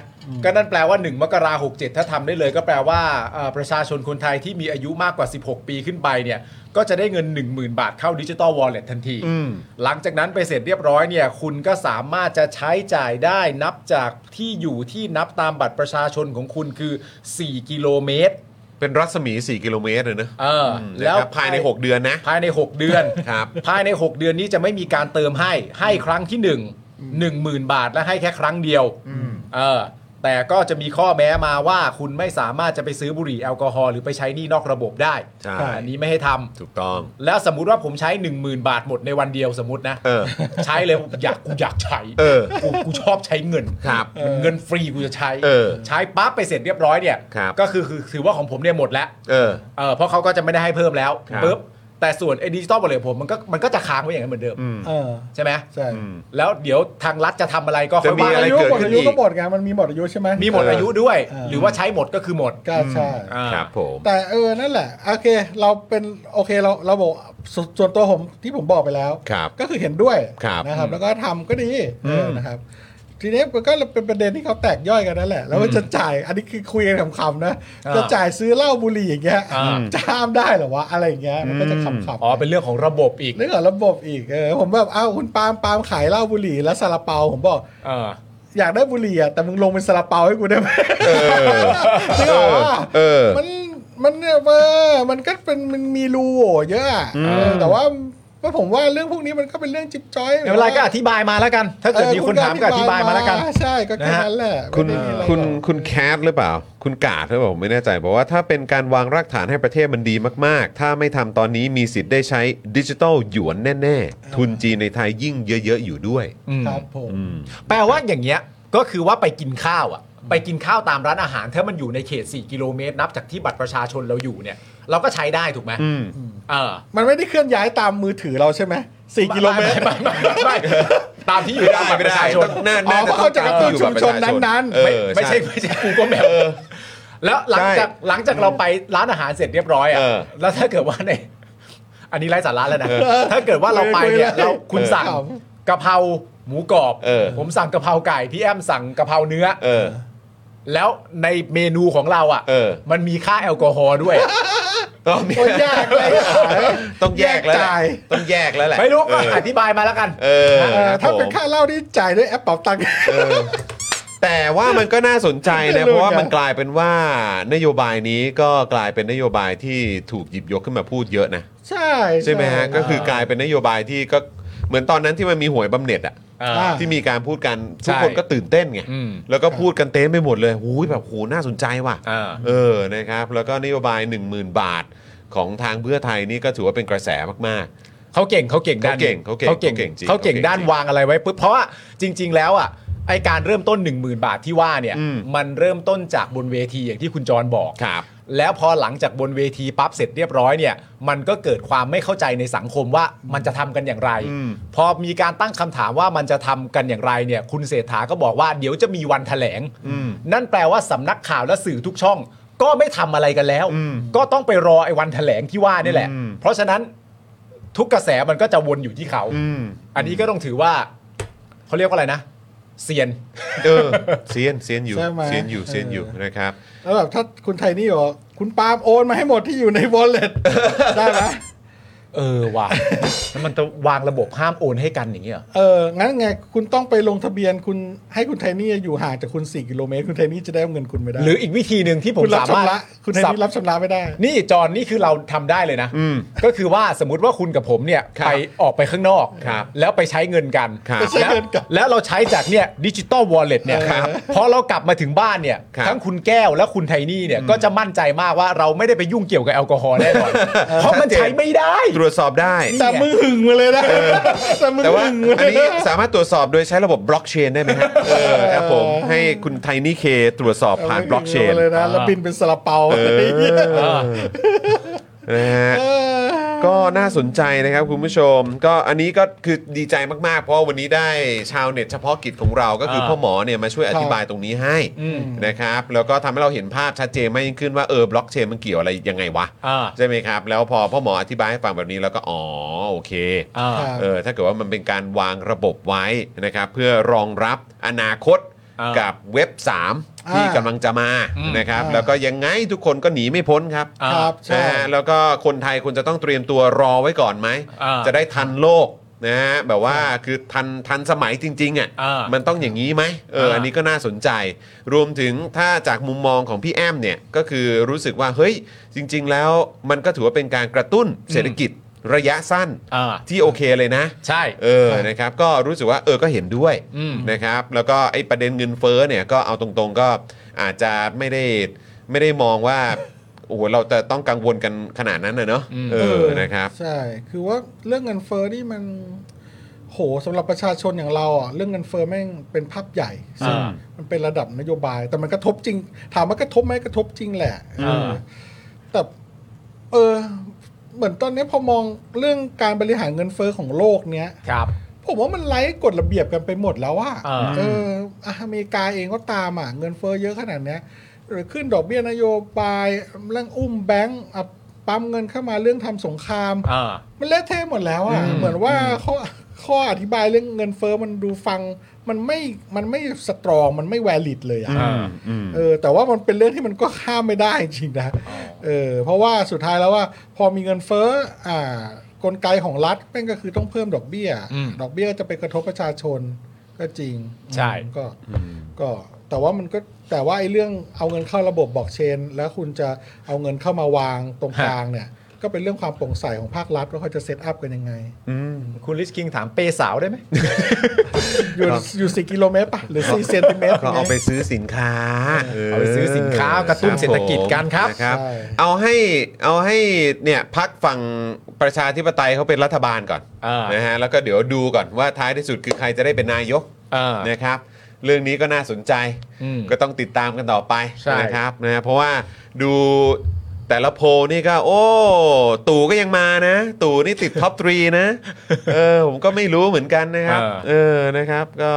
ก็นั่นแปลว่า 1 มกราหกถ้าทำได้เลยก็แปลว่าเอ่อประชาชนคนไทยที่มีอายุมากกว่า 16 ปีขึ้นไปเนี่ย ก็จะได้เงิน 1 0,000 บาทเข้าดิจิ t a ลวอลเล็ตทันที
อืม
หลังจากนั้นไปเสร็จเรียบร้อยเนี่ย คุณก็สามารถจะใช้จ่ายได้นับจากที่อยู่ที่นับตามบัตรประชาชนของคุณคือ 4 กิโลเมตร
เป็นรัศมี 4 กิโลเมตรเลยนะ
เออ
ม
แล้ว
นะครับภายใน 6 เดือนนะ
ภายใน 6 เดือน
ครับ
ภายใน 6 เดือนนี้จะไม่มีการเติมให้ ให้ครั้งที่ 1 10,000 บาทและให้แค่ครั้งเดียวเออ แต่ก็จะมีข้อแม้มาว่าคุณไม่สามารถจะไปซื้อบุหรี่แอลกอฮอล์หรือไปใช้หนี่นอกระบบได้
ใช่
อันนี้ไม่ให้ทำ
ถูกต้อง
แล้วสมมุติว่าผมใช้ 10,000 บาทหมดในวันเดียวสมมตินะ
เออ
ใช้เลยผมอยากกูอยากใช้
เออ
กูกูชอบใช้เงิน
ครับ
มันเงินฟรีกูจะใช้
เออ
ใช้ปั๊บไปเสร็จเรียบร้อยเนี่ย
ครับ
ก็คือคือถือว่าของผมเนี่ยหมดแล้ว
เออ
เออเพราะเขาก็จะไม่ได้ให้เพิ่มแล้ว
ครับ
ปึ๊บแต่ส่วนไอ้ดิจิตอลบอลเลตผมมันก็มันก็จะค้างไว้อย่างนั้นเหมือนเดิม
อืม
เออ
ใช่ไหม
ใช่
อืม
แล้วเดี๋ยวทางรัฐจะทำอะไรก็ค่
จะ
อย
มี
ว่า
อะไร
อายุ
เกิด
หมด
ขึ้น
อายุ
อีก
ก็หมดไงมันมีหมดอายุใช่ไหม
มีหมด
เอออ
อายุด้วย
เออ
หรือว่าใช้หมดก็คือหมด
ก็ใช่
อ่า
ครับผม
แต่เออนั่นแหละโอเค เราเป็นโอเคเราเราบอกสส่วนตัวผมที่ผมบอกไปแล้ว
ครับ
ก็คือเห็นด้วย
ครับ
นะครับ แล้วก็ทำก็ดี
อืม
เออนะครับ ทีนี้มันก็เป็นประเด็นที่เขาแตกย่อยกันนั่นแหละ แล้วว่าจะจ่ายอันนี้คือคุยกันขำๆนะ
อ่า
จะจ่ายซื้อเหล้าบุหรี่อย่างเงี้ย
อ่า
จะห้ามได้เหรอวะอะไรอย่างเงี้ยมันก็จะขำๆ
อ๋อเป็นเรื่องของระบบอีก
เรื่องของระบบอีกเออผมแบบเอ้าคุณปาล์มปาล์มขายเหล้าบุหรี่และซาลาเปาผมบอก
เออ
อยากได้บุหรี่อะแต่มึงลงเป็นซาลาเปาให้กูได้ไหมจริงเหรอวะ
เออ
มันมันเนี่ยเออมันก็เป็นมันมีรูโหว่เยอะอะ
ม
เออแต่ว่า ก็ผมว่าเรื่องพวกนี้มันก็เป็นเรื่องจิ๊บจ้อย
ไม่เป็นไรก็อธิบายมาแล้วกัน ถ้าเกิด
ออ
มีคนถามก็อธิบายมาแล้วกัน
ใช่ก็แค่นั้นแหละ
คุณ
ไม่ได้มีอะไร
คุณ
หรอก
คุณแคทหรือเปล่า คุณกาดหรือเปล่าผมไม่แน่ใจบอกว่าถ้าเป็นการวางรากฐานให้ประเทศมันดีมาก ๆ ถ้าไม่ทำตอนนี้มีสิทธิ์ได้ใช้ดิจิทัลหยวนแน่ ๆ ทุนจีนในไทยยิ่งเยอะ ๆ อยู่ด้วย
ครับผม
อืม
แปลว่าอย่างเงี้ยก็คือว่าไปกินข้าวอ่ะ ไปกินข้าวตามร้านอาหาร ถ้ามันอยู่ในเขต 4 กิโลเมตร นับจากที่บัตรประชาชนเราอยู่เนี่ย เราก็ใช้ได้ถูกไหม
อืม
เออ
มันไม่ได้เคลื่อนย้ายตามมือถือเราใช่ไหมสี่กิโลเมตร
ไม่ไม่ไม่ไม่ไม่ตามที่อยู่ตามบัตรประชาชน
น่า
อ๋อ
น่า
เพราะเขาจะกระตุ้นชุมชนนั้นๆ
เอ
ไม่
อ
ไม่ใช่ไม่ใช่กูก็แมวแล้วหลังจากหลังจากเราไปร้านอาหารเสร็จเรียบร้อยอ่ะ
เออ
แล้วถ้าเกิดว่าในอันนี้ไร้สาระแล้วนะถ้าเกิดว่าเราไปเนี่ย
เออ
เราคุณสั่ง
เออ
กะเพราหมูกรอบ
เออ
ผมสั่งกะเพราไก่พี่แอมสั่งกะเพราเนื้อ
เออ
แล้วในเมนูของเราอ่ะ
เออ
มันมีค่าแอลกอฮอล์ด้วย
ตอนนี้
โอ้ยยากเลยอ่ะ
ต้องแยกแล้วแหละ
แยกจ่าย
ต้องแยกแล้วแหละ
ไม่รู้
เอ
ก็
อ
อธิบายมาแล้วกัน
เออ
เอ
ค
อ
รับ
ถ้าเป็น
ผม
ค่าเหล้าที่จ่ายด้วยแอปเป๋าตังค์
เออแต่ว่ามันก็น่าสนใจนะ
ไม่
เพ
รู้
ราะว่า
เหมือนกัน
มันกลายเป็นว่านโยบายนี้ก็กลายเป็นนโยบายที่ถูกหยิบยกขึ้นมาพูดเยอะนะ
ใช่
ใช่ไหมฮะก็คือกลายเป็นนโยบายที่ก็เหมือนตอนนั้นที่มันมีหวยบำเหน็จอะ
า
ที่มีการพูดกัน
ใช่
ทุกคนก็ตื่นเต้นไง
อืม
แล้วก็พูดกันเต็มไปหมดเลยหูยแบบโหน่าสนใจว่ะ
เออ
เออ นะครับ แล้วก็นโยบาย 10,000 บาทของทางเพื่อไทยนี่ก็ถือว่าเป็นกระแสมาก
เขาเก่งเขาเก่งด้าน
เขาเก่งเขาเก่ง
เขาเก่ง
เขาเก่งจริง
เขาเก่งด้าน
เขาเก่ง
วางอะไรไว้ปุ๊บเพราะว่าจริง ๆ แล้วอ่ะไอการเริ่มต้น 1 0,000 บาทที่ว่าเนี่ย
อืม
มันเริ่มต้นจากบนเวทีอย่างที่คุณจรบอก
ๆ ครับ
แล้วพอหลังจากบนเวทีปั๊บเสร็จเรียบร้อยเนี่ย มันก็เกิดความไม่เข้าใจในสังคมว่ามันจะทำกันอย่างไร
อืม
พอมีการตั้งคำถามว่ามันจะทำกันอย่างไรเนี่ย คุณเศรษฐาก็บอกว่าเดี๋ยวจะมีวันแถลง
อืม
นั่นแปลว่าสำนักข่าวและสื่อทุกช่อง ก็ไม่ทำอะไรกันแล้ว
อืม
ก็ต้องไปรอไอ้วันแถลงที่ว่านี่แหละ
อืม
เพราะฉะนั้นทุกกระแสมันก็จะวนอยู่ที่เขา
อืม
อันนี้ก็ต้องถือว่าเขาเรียกว่าอะไรนะเซียน
เออเซียนเซียนอยู่
ใช่ไหม
เซียนอยู่เซียนอยู่
เออ
นะครับ
แล้วแบบถ้าคุณไทยนี่บอกคุณปาล์มโอนมาให้หมดที่อยู่ในวอลเล็ต ได้ไหม
เออว่ะ แล้วมันจะวางระบบห้ามโอนให้กันอย่างเงี้ยเหรอ
เอองั้นไงคุณต้องไปลงทะเบียนคุณให้คุณไทยนี่อยู่ห่างจากคุณ 4 กิโลเมตร คุณไทยนี่จะได้เอาเงินคุณไม่ได้
หรืออีกวิธีหนึ่งที่ผม
คุณรับ
สามารถ
ชำระคุณไทยนี่รับชำระไม่ได้
นี่จอนนี่คือเราทำได้เลยนะ
อืม
ก็คือว่าสมมติว่าคุณกับผมเนี่ย
ครับ
ไปออกไปข้างนอก
ครับ
แล้วไปใช้เงินกัน
ครับ
แล้
ไปใช้
ว
เงินกัน
แล้วเราใช้จากเนี่ยดิจิตอลวอลเล็ตเนี่ย
ครับ
พอเรากลับมาถึงบ้านเนี่ย
ครับ
ทั้งคุณแก้วและคุณไทนี่เนี่ยก็จะมั่นใจมากว่าเราไม่ได้ไปยุ่งเกี่ยวกับแอลกอฮอล์แน่นอนเพราะมัน
ชัดเจน
ใช้ไม่ได้
ตรวจสอบได้
นี่
แต่มือหึงมาเลยนะแต่มือ
แต่ว่า
หึงมา
อัน
เลย
นี้
นะ
สามารถตรวจสอบโดยใช้ระบบบล็อกเชนได้ไหมครับเออครับผมให้คุณไทนี่เคตรวจสอบผ่านบล็อกเชน
เลยนะแล้วบินเป็นซาลาเปาอะไรอย่างเงี้ย
เออนะฮะ
เออ
ก็น่าสนใจนะครับคุณผู้ชม ก็อันนี้ก็คือดีใจมากๆ เพราะวันนี้ได้ชาวเน็ตเฉพาะกิจของเราก็คือ
เออ
พ่อหมอเนี่ยมาช่วยอธิบายตรงนี้ให้นะครับแล้วก็ทำให้เราเห็นภาพชัดเจนมากยิ่งขึ้นว่าเออบล็อกเชนมันเกี่ยวอะไรยังไงวะ
อ่า
ใช่ไหมครับ แล้วพอพ่อหมออธิบายให้ฟังแบบนี้แล้วก็อ๋อโอเค
อ่า
ครับ
เออถ้าเกิดว่ามันเป็นการวางระบบไว้นะครับเพื่อรองรับอนาคต
อ่า
กั
กั
บเว็บ 3
อ่าก
ที่ำลังจะมา
อืม
นะครับ
อ่า
แล้วก็ยังไงทุกคนก็หนีไม่พ้นครับ
อ่า
ครับใช่
นะฮะแล้วก็คนไทยควรจะต้องเตรียมตัวรอไว้ก่อนไหม
อ่า
จะได้ทันโลกนะฮะแบบว่าคือทันทันสมัยจริงๆอ่ะ
อ่ามั
มันต้องอย่างนี้ไหมเอออา อันนี้ก็น่าสนใจ รวมถึงถ้าจากมุมมองของพี่แอมเนี่ยก็คือรู้สึกว่าเฮ้ยจริง ๆ แล้วมันก็ถือว่าเป็นการกระตุ้นเศรษฐกิจระยะสั้น
อ่า
ที่โอเคเลยนะ
ใช่
เออ
ครับ
นะครับ ก็รู้สึกว่าเออ ก็เห็นด้วย
อืม
นะครับ แล้วก็ไอ้ประเด็นเงินเฟ้อเนี่ย ก็เอาตรงๆ ก็อาจจะไม่ได้ไม่ได้มองว่า โอ้โห เราจะต้องกังวลกันขนาดนั้นนะเนอะ
อืม
เออ นะครับ
ใช่คือว่าเรื่องเงินเฟ้อนี่มันโหสำหรับประชาชนอย่างเราอ่ะเรื่องเงินเฟ้อแม่งเป็นภาพใหญ่ซึ่ง
อ่า
มันเป็นระดับนโยบาย แต่มันกระทบจริง ถามว่ากระทบไหมกระทบจริงแหละ
อ่า
แต่เออ เหมือนตอนนี้พอมองเรื่องการบริหารเงินเฟ้อของโลกเนี้ย
ครับ
ผมว่ามันไร้กฎระเบียบกันไปหมดแล้วว่า
อ่า
เอออ่ะอเมริกาเองก็ตามอ่ะ เงินเฟ้อเยอะขนาดเนี้ยหรือขึ้นดอกเบี้ยนโยบายเรื่องอุ้มแบงก์อ่ะปั๊มเงินเข้ามาเรื่องทำสงคราม
อ่า
มันเละเทะหมดแล้วอ่ะ
อืม
เหมือนว่าข้อข้ออธิบายเรื่องเงินเฟ้อมันดูฟัง มันไม่มันไม่สตรองมันไม่แวลิดเลยอ่ะ
อ่า
อืม
เออแต่ว่ามันเป็นเรื่องที่มันก็ข้ามไม่ได้จริงๆนะเออเพราะว่าสุดท้ายแล้วว่าพอมีเงินเฟ้ออ่ากลไกของรัฐแม่งก็คือต้องเพิ่มดอกเบี้ย
อืม
ดอกเบี้ยจะไปกระทบประชาชนก็จริง
ใช่
อืมก็ก็แต่ว่ามันก็แต่ว่าไอ้เรื่องเอาเงินเข้าระบบบล็อกเชน แล้วคุณจะเอาเงินเข้ามาวางตรงกลางเนี่ย ก็เป็นเรื่องความโปร่งใสของภาครัฐว่าเขาจะเซตอัพกันยังไง
อืม
คุณลิสคิงถามเปย์สาวได้ไหม
อยู่
ครับ
อยู่สี่กิโลเมตรป่ะหรือสี่เซนติเมตร
ก็เอา
ยัง
ไป
ง
ซื้อสินค้า
เอาไปซื้อสินค้ากระตุ้นเศรษฐกิจกันครับ
นะบ
ใช่
เอาให้เอาให้เนี่ยพักฝั่งประชาธิปไตยเขาเป็นรัฐบาลก่อน
อ่า
นะฮะแล้วก็เดี๋ยวดูก่อนว่าท้ายที่สุดคือใครจะได้เป็นนายก
อ่า
นะครับ เรื่องนี้ก็น่าสนใจ
อืม
ก็ต้องติดตามกันต่อไป
ใช่
นะครับนะฮะเพราะว่าดูแต่ละโพลนี่ก็ โอ้ ตู่ก็ยังมานะ ตู่นี่ติดท็อปทรี นะเออผมก็ไม่รู้เหมือนกันนะครับ เออ นะครับ ก็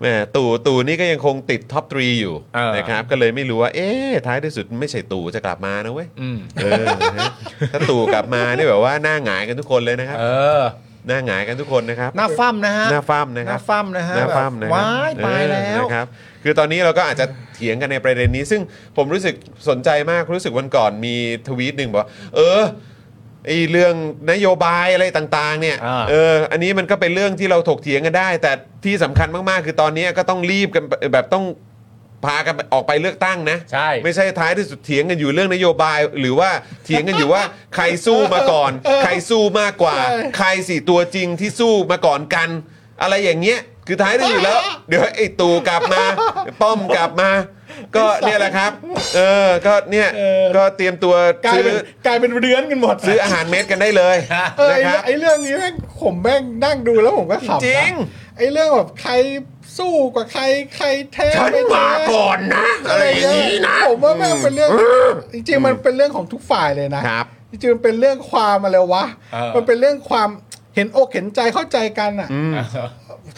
แหมตู่ตู่นี่ก็ยังคงติดท็อปทรีอยู่
เออ
นะครับ ก็เลยไม่รู้ว่า เอ๊ะ ท้ายที่สุดไม่ใช่ตู่จะกลับมานะเว้ย
อืม
เออนะฮะถ้าตู่กลับมานี่แบบว่าหน้าหงายกันทุกคนเลยนะครับ
เออ
หน้าหงายกันทุกคนนะครับ
หน้าฟั่มนะฮะ
หน้าฟ้ามนะค
ห
รั
น้า
บ
ฟั่มนะฮะ
หน้าฟ้าม
แบบ
นะ
ว้ายไปแล้ว
นะครับ คือตอนนี้เราก็อาจจะเถียงกันในประเด็นนี้ ซึ่งผมรู้สึกสนใจมาก รู้สึกวันก่อนมีทวีตหนึ่งบอกว่าเออไอเรื่องนโยบายอะไรต่างๆ เนี่ย
อ่า
เออ อันนี้มันก็เป็นเรื่องที่เราถกเถียงกันได้ แต่ที่สำคัญมากๆ คือตอนนี้ก็ต้องรีบกันแบบต้องพากันออกไปเลือกตั้งนะ
ใช่
ไม่ใช่ท้ายที่สุดเถียงกันอยู่เรื่องนโยบาย หรือว่าเถียงกันอยู่ว่า ใครสู้มาก่อน ใครสู้มากกว่า ใครสี่ตัวจริงที่สู้มาก่อนกัน อะไรอย่างเงี้ยคือท้ายที่สุดแล้ว เดี๋ยวไอ้ตู่กลับ มาป้อมกลับมา ก็เนี่ยแหละครับ เออก็เนี่ย
เออ
ก็เตรียมตัว
กลาย
ซื้อ
เป็นกลายเป็นเรือนกันหมด
ซื้ออาหารเม็ดกันได้เลย
เออ
นะค
ไอ้
รับ
ไอ้เรื่องนี้แม่งผมแม่งนั่งดูแล้วผมก็ขำนะ
จริง
ไอ้เรื่องแบบใครสู้กว่าใครใครแท้
ฉัน
ไแท้
มาก่อนนะ อะไรอย่างนี้นะ
ผมว่าแม่งเป็นเรื่องจริงๆมันเป็นเรื่องของทุกฝ่ายเลยนะครับ จริงๆมันเป็นเรื่องความอะไรวะ
เออ
มันเป็นเรื่องความเห็นอกเห็นใจเข้าใจกันอ่ะ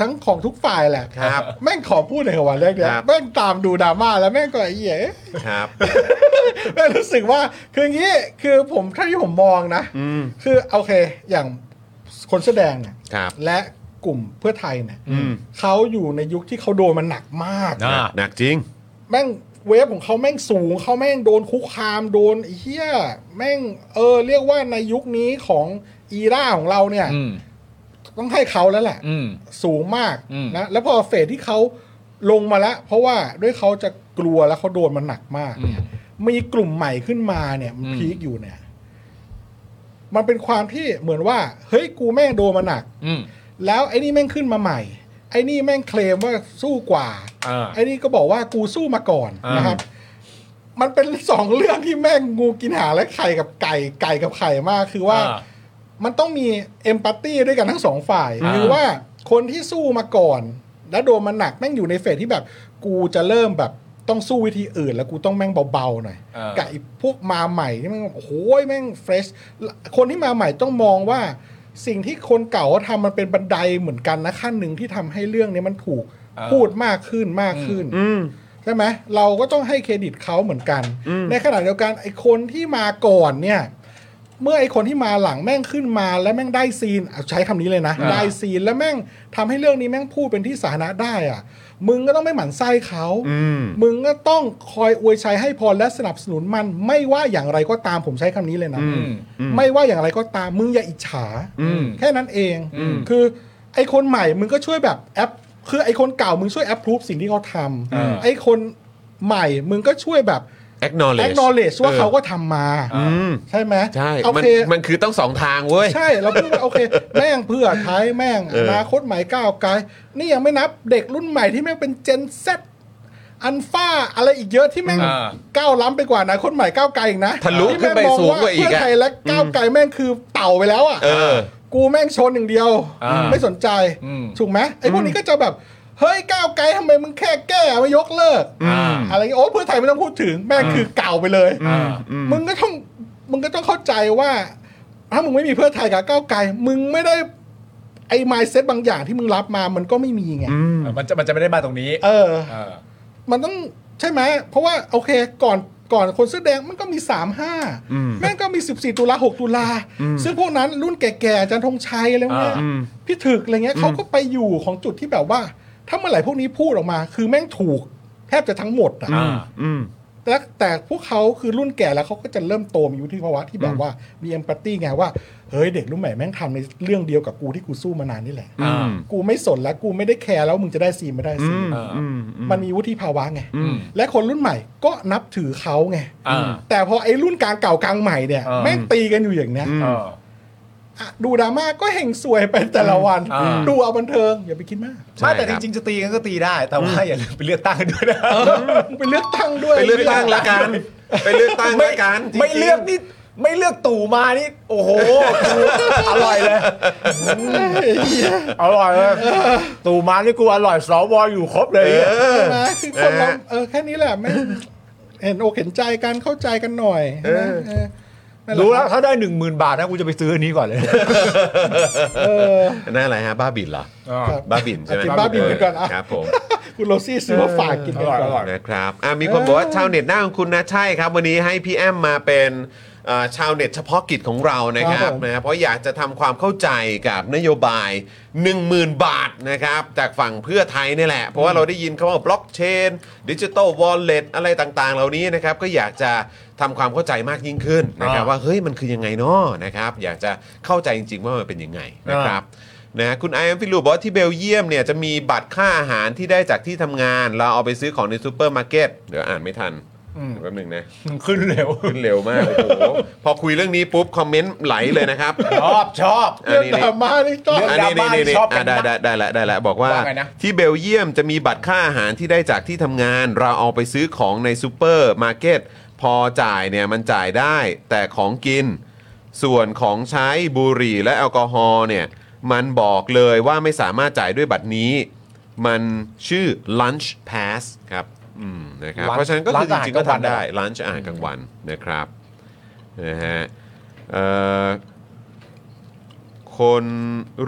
ทั้งของทุกฝ่ายแหละ
ครับ
แม่งขอพูดในอยเหรอวันแรกเนี่ย
ครับ
แม่งตามดูดราม่าแล้วแม่งก็ไอ้เหี้ย
ครับ
แม่งรู้สึกว่าคืออย่างนี้คือผมถ้าที่ผมมองนะ
อืม
คือโอเคอย่างคนเสื้อแดงเนี่ย
ครับ
และกลุ่มเพื่อไทยเนี่ย
อืม
เขาอยู่ในยุคที่เขาโดนมันหนักมาก
นะ อ่า
หนักจริง
แม่งเวฟของเขาแม่งสูงเขาแม่งโดนคุกคามโดนไอ้เฮี้ยแม่งเออเรียกว่าในยุคนี้ของอีราของเราเนี่ย
อืม
ต้องให้เขาแล้วแหละ
อืม
สูงมาก
อืม
นะแล้วพอเฟสที่เขาลงมาแล้ว เพราะว่าด้วยเขาจะกลัวแล้วเขาโดนมันหนักมาก
อืม
เนี่ยมีกลุ่มใหม่ขึ้นมาเนี่ยมัน
อืม
พีคอยู่เนี่ย มันเป็นความที่เหมือนว่า เฮ้ยกูแม่งโดนมาหนัก
อืม
แล้วไอ้นี่แม่งขึ้นมาใหม่ ไอ้นี่แม่งเคลมว่าสู้กว่า
อ่า
ไอ้นี่ก็บอกว่ากูสู้มาก่อน
อ่าน
นะครับ มันเป็นสองเรื่องที่แม่งงูกินหางและไข่กับไก่ไก่กับไข่มากคือว่า
อ่
มันต้องมีเอมพัตตีด้วยกันทั้งสองฝ่าย
อ่า
คือว่าคนที่สู้มาก่อน แล้วโดนมันหนักแม่งอยู่ในเฟสที่แบบ กูจะเริ่มแบบต้องสู้วิธีอื่น แล้วกูต้องแม่งเบาๆหน่อย
อ่า
กับไอ้พวกมาใหม่นี่แม่งโอ้โหแม่งเฟรชคนที่มาใหม่ต้องมองว่าสิ่งที่คนเก่าเขาทำมันเป็นบันไดเหมือนกันนะขั้นหนึ่งที่ทำให้เรื่องนี้มันถูก
อ่า
พูดมากขึ้นมากขึ้น
อืม
ใช่ไหมเราก็ต้องให้เครดิตเขาเหมือนกัน
อืม
ในขณะเดียวกันไอ้คนที่มาก่อนเนี่ย เมื่อไอ้คนที่มาหลังแม่งขึ้นมาแล้วแม่งได้ซีนเอาใช้คำนี้เลยนะ
อ่า
ได้ซีนแล้วแม่งทำให้เรื่องนี้แม่งพูดเป็นที่สาธารณะได้อ่ะ มึงก็ต้องไม่หมั่นไส้เขา
อืม
มึงก็ต้องคอยอวยชัยให้พรและสนับสนุนมัน ไม่ว่าอย่างไรก็ตามผมใช้คำนี้เลยนะ
อืม
ไม่ว่าอย่างไรก็ตามมึงอย่าอิจฉา
อืม
แค่นั้นเอง
อืม
คือไอคนใหม่มึงก็ช่วยแบบแอป คือไอคนเก่ามึงช่วยแอปพรูฟสิ่งที่เขาท
อ่า
ำไอคนใหม่มึงก็ช่วยแบบ
acknowledge
acknowledge ว่าเขาก็ทำมา
อืม
ใช่ไหม
ใช่
โอ
มัน
เค
มันคือต้องสองทางเว้ย
ใช่เราพูดว่าโอเค แม่งเพื่อไทยแม่ง
เออ
อ
อ
นาคตใหม่ก้าวไกลนี่ยังไม่นับเด็กรุ่นใหม่ที่แม่งเป็นเจนเซอันฟ้าอะไรอีกเยอะที่แม่ง
อ่า
ก้าวล้ำไปกว่าอนาคตใหม่ก้าวไกลอีกนะ
ทะลุ
ที่
ขึ้
แม่
นไป
งมอง
สูง
ว่าก
ว่าอีก
เพื่อ
อะ
ไทยและก้าวไกลแม่งคือเต่าไปแล้วอ่ะ
เออ
กูแม่งชนอย่างเดียว
อ่า
ไม่สนใจ
อืม
ถูกไหมไอ้พวกนี้ก็จะแบบเฮ้ยก้าวไกลทำไมมึงแค่แก้ไม่ยกเลิก
อืม
อะไรอย่างเงี้ยโอ้เพื่อไทยไม่ต้องพูดถึงแม่งคือเก่าไปเลย
อ่า
มึงก็ต้องมึงก็ต้องเข้าใจว่าถ้ามึงไม่มีเพื่อไทยกับก้าวไกลมึงไม่ได้ไอ้ไมเซ็ตบางอย่างที่มึงรับมามันก็ไม่มีไง
อืม
มันจะมันจะไม่ได้มาตรงนี้
เออ
เออ
มันต้องใช่ไหมเพราะว่าโอเคก่อนก่อนคนเสื้อแดงมันก็มี 3
อืม
5 แม่งก็มี 14 ตุลา 6 ตุลา
อืม
ซึ่งพวกนั้นรุ่นแก่ๆอาจันทงชัยอะไรพวกเนี้ย
อ่า
อืม
พี่ถึกอะไรเงี้ยเขาก็ไปอยู่ของจุดที่แบบว่า ถ้าเมื่อไหร่พวกนี้พูดออกมา คือแม่งถูกแทบจะทั้งหมดอ่ะ
อ่า
อืม
แต่แต่พวกเขาคือรุ่นแก่แล้วเขาก็จะเริ่มโตมีวุฒิภาวะที่แบบว่ามีเอมพัตตีไงว่าเฮ้ยเด็กรุ่นใหม่แม่งทำในเรื่องเดียวกับกูที่กูสู้มานานนี่แหละ
อืม
กูไม่สนแล้วกูไม่ได้แคร์แล้วมึงจะได้ซีนไม่ได้ซีน
อื
อืม
มันมีวุฒิภาวะไง
อืม
และคนรุ่นใหม่ก็นับถือเขาไง
อ่า
แต่พอไอ้รุ่นกลางเก่ากลางใหม่เนี่ย
อ่า
แม่งตีกันอยู่อย่างเนี้ย
อืม
อ่า
อ่ะดูดราม่าก็เฮงซวยไปแต่ละวัน
อ่า
ดูเอาบันเทิงอย่าไปคิดมาก
ใช่
ไม่แต่
ค
จ
รับ
ริงๆจะตีกันก็ตีได้ แต่ว่าอย่าลืมไปเลือกตั้งกันด้วยนะ
มึงไปเลือกตั้งด้วย
ไปเลือกตั้งละกัน ไปเลือกตั้งละกันจริงๆ
ไม่เลือกนี่ไม่เลือกตู่มานี่ โอ้โหกูอร่อยเลย
เฮ้ยเหี้ย
อร่อยเลยตู่มานี่กูอร่อยสวอยู่ครบเลย
เออ
ใช่ไหมคือคนเราเออแค่นี้แหละไม่เห็นอกเห็นใจกันเข้าใจกันหน่อย
เออ
เออนั่นหะ
รู้แล้วถ้าได้หนึ่งหมื่นบาทนะกูจะไปซื้ออันนี้ก่อนเลย
เออ
นั่นอะไรฮะบ้าบินเหรอ
ครับ
บ้าบินใช่ไหม
กินบ้าบินไปก่อนอ่ะ
ครับผม
คุณโรซี่ซื้อมาฝากกินกันก่อน
นะครับอ่ะมีคนบอกว่าชาวเน็ตหน้าของคุณนะใช่ครับ วันนี้ให้พี่แอมมาเป็นเอ่อชาวเน็ตเฉพาะกิจของเรานะค
ค
รั
รั
บบ
ผม
นะเพราะอยากจะทำความเข้าใจกับนโยบาย 10,000 บาทนะครับจากฝั่งเพื่อไทยนี่แหละ เพราะว่าเราได้ยินคำว่าบล็อกเชนดิจิ t a ลวอลเล็ตอะไรต่างๆ เหล่านี้นะครับ ก็อยากจะทำความเข้าใจมากยิ่งขึ้นนะครับ
อ่า
ว่าเฮ้ยมันคือยังไงเนาะนะครับ อยากจะเข้าใจจริง ๆ ว่ามันเป็นยังไงนะครับ นะคุณไอแอมฟิลูบอกว่าที่เบลเยียมเนี่ยจะมีบัตรค่าอาหารที่ได้จากที่ทำงาน เราเอาไปซื้อของในซูเปอร์มาร์เก็ตเดี๋ยวอ่านไม่ทันแป๊บหนึงนะ
ขึ้นเร็ว
ขึ้นเร็วมากโอ้โหพอคุยเรื่องนี้ปุ๊บ คอมเมนต์ไหลเลยนะครับ
ชอบชอบ
อัน
เรื่อง
นี้
ดราม่านี่ต้อง
อัน
ดรา
นี้
ม่า
นี่
ที่
นี่
ชอบกั
อ่ะ
น
ได้ได้ได้ละได้ละบอกว่า
ว่าไงนะ
ที่เบลเยียมจะมีบัตรค่าอาหารที่ได้จากที่ทำงาน เราเอาไปซื้อของในซูเปอร์มาร์เก็ตพอจ่ายเนี่ยมันจ่ายได้ แต่ของกิน ส่วนของใช้บุหรี่และแอลกอฮอล์เนี่ยมันบอกเลยว่าไม่สามารถจ่ายด้วยบัตรนี้ มันชื่อ lunch pass ครับอืมนะครับ
Lunch-
เพราะฉะนั้นก็คือจริงๆก็ทำได้
ร้านอาหารกลางวันเห
lunch อาหารกลางวัน
รอ
นะครับนะฮะเอ่อคน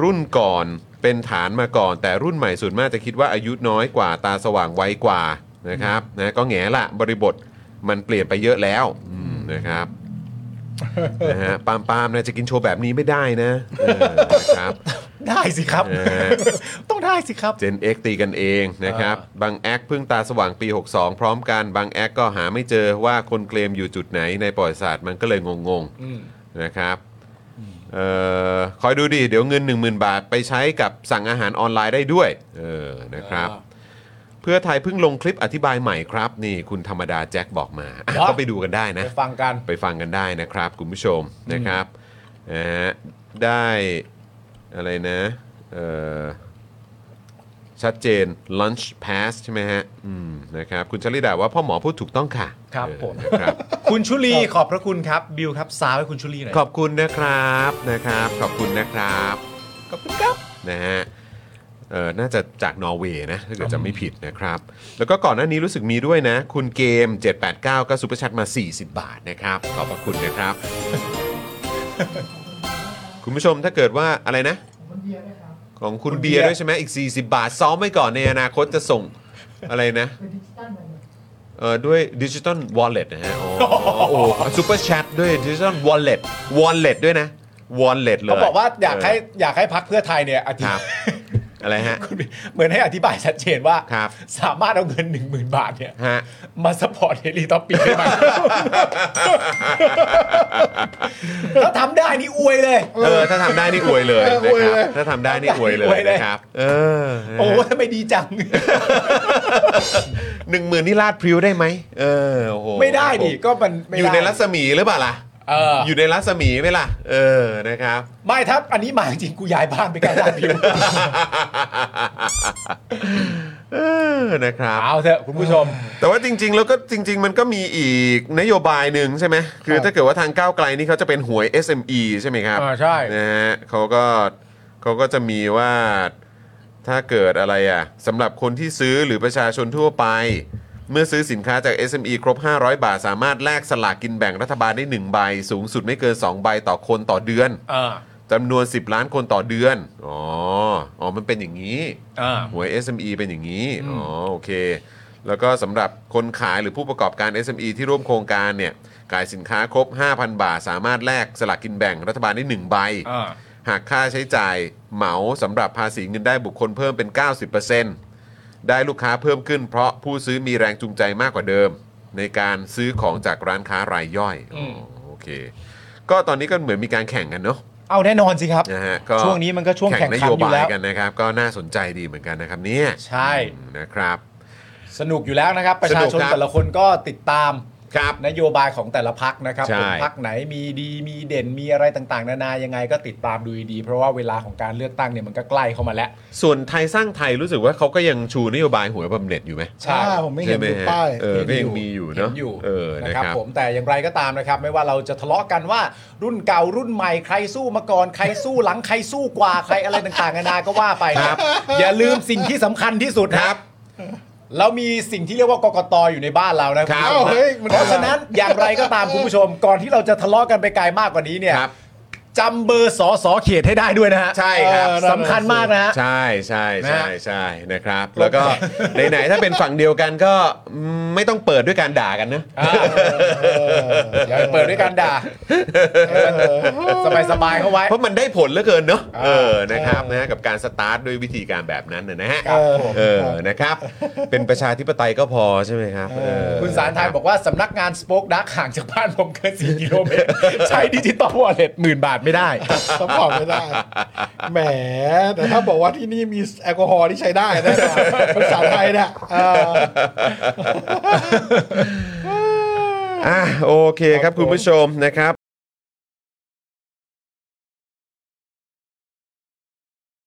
รุ่นก่อนเป็นฐานมาก่อน แต่รุ่นใหม่ส่วนมากจะคิดว่าอายุน้อยกว่าตาสว่างไวกว่านะครับนะก็แง่ละบริบทมันเปลี่ยนไปเยอะแล้วอืม นะครับ นะฮะปาล์มปาล์มนะจะกินโชว์แบบนี้ไม่ได้นะเออนะครับ
ได้สิครับ
เออ
ต้องได้สิครับ
เจน X ตีกันเองนะครับ บางแอคเพิ่งตาสว่างปี 62 พร้อมกัน บางแอคก็หาไม่เจอว่าคนเคลมอยู่จุดไหนในประวัติศาสตร์มันก็เลยงงๆนะครับเอ่อคอยดูดิ เดี๋ยวเงิน 10,000 บาทไปใช้กับสั่งอาหารออนไลน์ได้ด้วยเออนะครับ เพื่อไทยเพิ่งลงคลิปอธิบายใหม่ครับ นี่คุณธรรมดาแจ็คบอกมาอ่ะ
ครับ
ก็ไปดูกันได้นะ
ไปฟังกัน
ไปฟังกันได้นะครับ คุณผู้ชมนะครับนะฮะได้อะไรนะเอ่อชัดเจน lunch pass ใช่ไหมฮะอืมนะครับคุณชลิดาว่าพ่อหมอพูดถูกต้องค่ะ
ครับ
เออ
ผม
นะครับ
คุณชุลีขอบพระคุณครับ บิวครับสาวให้คุณชุลีหน่อย
ขอบคุณนะครับนะครับ ขอบคุณนะครับขอบคุณครับนะฮะเออน่าจะจากนอร์เวย์นะถ้าเกิดจำไม่ผิดนะครับ แล้วก็ก่อนหน้านี้รู้สึกมีด้วยนะ คุณเกม 789 ก็ซุปเปอร์แชัดมา 40 บาทนะครับ ขอบพระคุณนะครับ คุณผู้ชมถ้าเกิดว่าอะไรนะ ของคุณเบียร์ด้วยใช่ไหมอีก 40 บาท ซ้อมไว้ก่อนในอนาคตจะส่งอะไรนะ เออด้วยดิจิ t a ลวอลเล็ตนะฮะ อ๋อ โอ้ซูเปอร์แชทด้วยดิจิ t a ลวอลเล็ตวอลเล็ตด้วยนะวอลเล็ตเลย
เขาบอกว่าอยากให้อยากให้พักเพื่อไทยเนี่ยอธิ
ครับ อะไรฮะ
เหมือนให้อธิบายชัดเจนว่า
ครับ
สามารถเอาเงิน 1 0,000 บาทเนี่ย
ฮะ
มาสปอร์ตเฮลิทอปปีได้ไหม ถ้าทำได้นี่อวยเลย
เออ ถ้าทำได้นี่อวยเลย
เอ
นะ
ออวย
ครับ
เลย
ถ้าทำได้นี่อวยเลย
อวยเลย
นะครับ เออ
โอ้ทำไมดีจัง
หนึ่งหมื่นนี่ลาดพริ้วได้ไหมเออโอ้โห
ไม่ได้ดิ
ครับ
ก็มัน
ผม
ไม่
อยู่
ได้
ในรัศมีหรือเปล่าล่ะ
เอออ
ยู่ในรัศมีไหมล่ะ เออ นะครับ
ไม่ถ้าอันนี้มาจริงกูย้ายบ้านไปไกลลาดพริ้ว
เออ นะครับ
เอาเถอะคุณผู้ชม
แต่ว่าจริง ๆ แล้วก็จริง ๆ มันก็มีอีกนโยบายหนึ่งใช่ไหมคือถ้าเกิดว่าทางก้าวไกลนี่เขาจะเป็นหวย SME ใช่ไหมครับ
อ่าใช่
นะฮะเขาก็เขาก็จะมีว่าถ้าเกิดอะไรอ่ะสำหรับคนที่ซื้อหรือประชาชนทั่วไป เมื่อซื้อสินค้าจาก SME ครบ 500 บาท สามารถแลกสลากกินแบ่งรัฐบาลได้ 1 ใบ สูงสุดไม่เกิน 2 ใบต่อคนต่อเดือน
อ่า
จำนวน 10 ล้านคนต่อเดือนอ๋ออ๋อมันเป็นอย่างนี้
อ่า
หวย SME เป็นอย่างนี้ อ๋อ โอเค แล้วก็สำหรับคนขายหรือผู้ประกอบการ SME ที่ร่วมโครงการเนี่ย ขายสินค้าครบ 5,000 บาท สามารถแลกสลากกินแบ่งรัฐบาลได้ 1 ใบ
อ่า
หากค่าใช้จ่ายเหมาสำหรับภาษีเงินได้บุคคลเพิ่มเป็น 90%ได้ลูกค้าเพิ่มขึ้นเพราะผู้ซื้อมีแรงจูงใจมากกว่าเดิม ในการซื้อของจากร้านค้ารายย่อย
อืม
อ๋อโอเค ก็ตอนนี้ก็เหมือนมีการแข่งกันเนาะ
เอาแน่นอนสิครับ
นะฮะก็
ช่วงนี้มันก็ช่วงแข่ง
น
ขัน
โย
อยู่
บา
แล้
ยว กันนะครับ ก็น่าสนใจดีเหมือนกันนะครับเนี่ย
ใช่
อืมนะครับ
สนุกอยู่แล้วนะครับ ประชาช
สนุก
น
ครับ
แต่ละคนก็ติดตาม
ครับ
นโยบายของแต่ละพักนะครับ
ใช่
ผมพักไหนมีดีมีเด่นมีอะไรต่างๆ นานายังไงก็ติดตามดูดีๆเพราะว่าเวลาของการเลือกตั้งเนี่ยมันก็ใกล้เข้ามาแล้ว
ส่วนไทยสร้างไทยรู้สึกว่าเขาก็ยังชูนโยบายหวยบำเหน็จอยู่ไหม
ใช่
อ่าผมไม่เห็น
ใช่
ดู
ฮะ
ป้าย
เออก็ยังมีอยู่เนาะ
ห็อยู่
เออนะ
นะ
ค
ค
รั
รับ บ ผมแต่อย่างไรก็ตามนะครับ ไม่ว่าเราจะทะเลาะกันว่ารุ่นเก่ารุ่นใหม่ใครสู้มาก่อนใครสู้หลังใครสู้กว่าใครอะไรต่างๆนานาก็ว่าไปนะครับ อย่าลืมสิ่งที่สำคัญที่สุด
ค
นะ
รับ
เรามีสิ่งที่เรียกว่ากกตอยู่ในบ้านเรานะณ
ครับ
ผู้ชม
เฮ้
นะ
ยมัน
เพราะฉะนั้นอย่างไรก็ตามคุณผู้ชม ก่อนที่เราจะทะเลาะกันไปไกลมากกว่านี้เนี่ย
ครับ
จำเบอร์สอสอเขตให้ได้ด้วยนะฮะ
ใช่ครับ
เออสำคัญมากนะฮะ
ใช่ใช่
นะ
ใช่
ฮะ
ใช่นะครับ แล้วก็ไหนๆถ้าเป็นฝั่งเดียวกันก็ไม่ต้องเปิดด้วยการด่ากันนะ
อ่าอย่าไปเปิดด้วยกันด่าสบายสบายๆเข้าไว้
เพราะมันได้ผลเหลือเกินเนอะ
อ่า
เออนะครับนะฮะกับการสตาร์ทด้วยวิธีการแบบนั้นน่ะนะฮะ
ครับผม
เออนะครับ เป็นประชาธิปไตยก็พอใช่ไหมครับ
เออ
เออ
คุณสารไทยบอกว่าสำนักงานสป็อคดักห่างจากบ้านผมเกิน4กิโลเมตร ใช้ดิจิตอลวอลเล็ตหมื่นบาทไม่ได้
สปอร์ตไม่ได้ แหม แต่ถ้าบอกว่าที่นี่มีแอลกอฮอล์ที่ใช้ได้แนะ ภาษาไทยเนี่ยเออ
อ่ะโอเคครับ
ครับผม
คุณผู้ชมนะครับ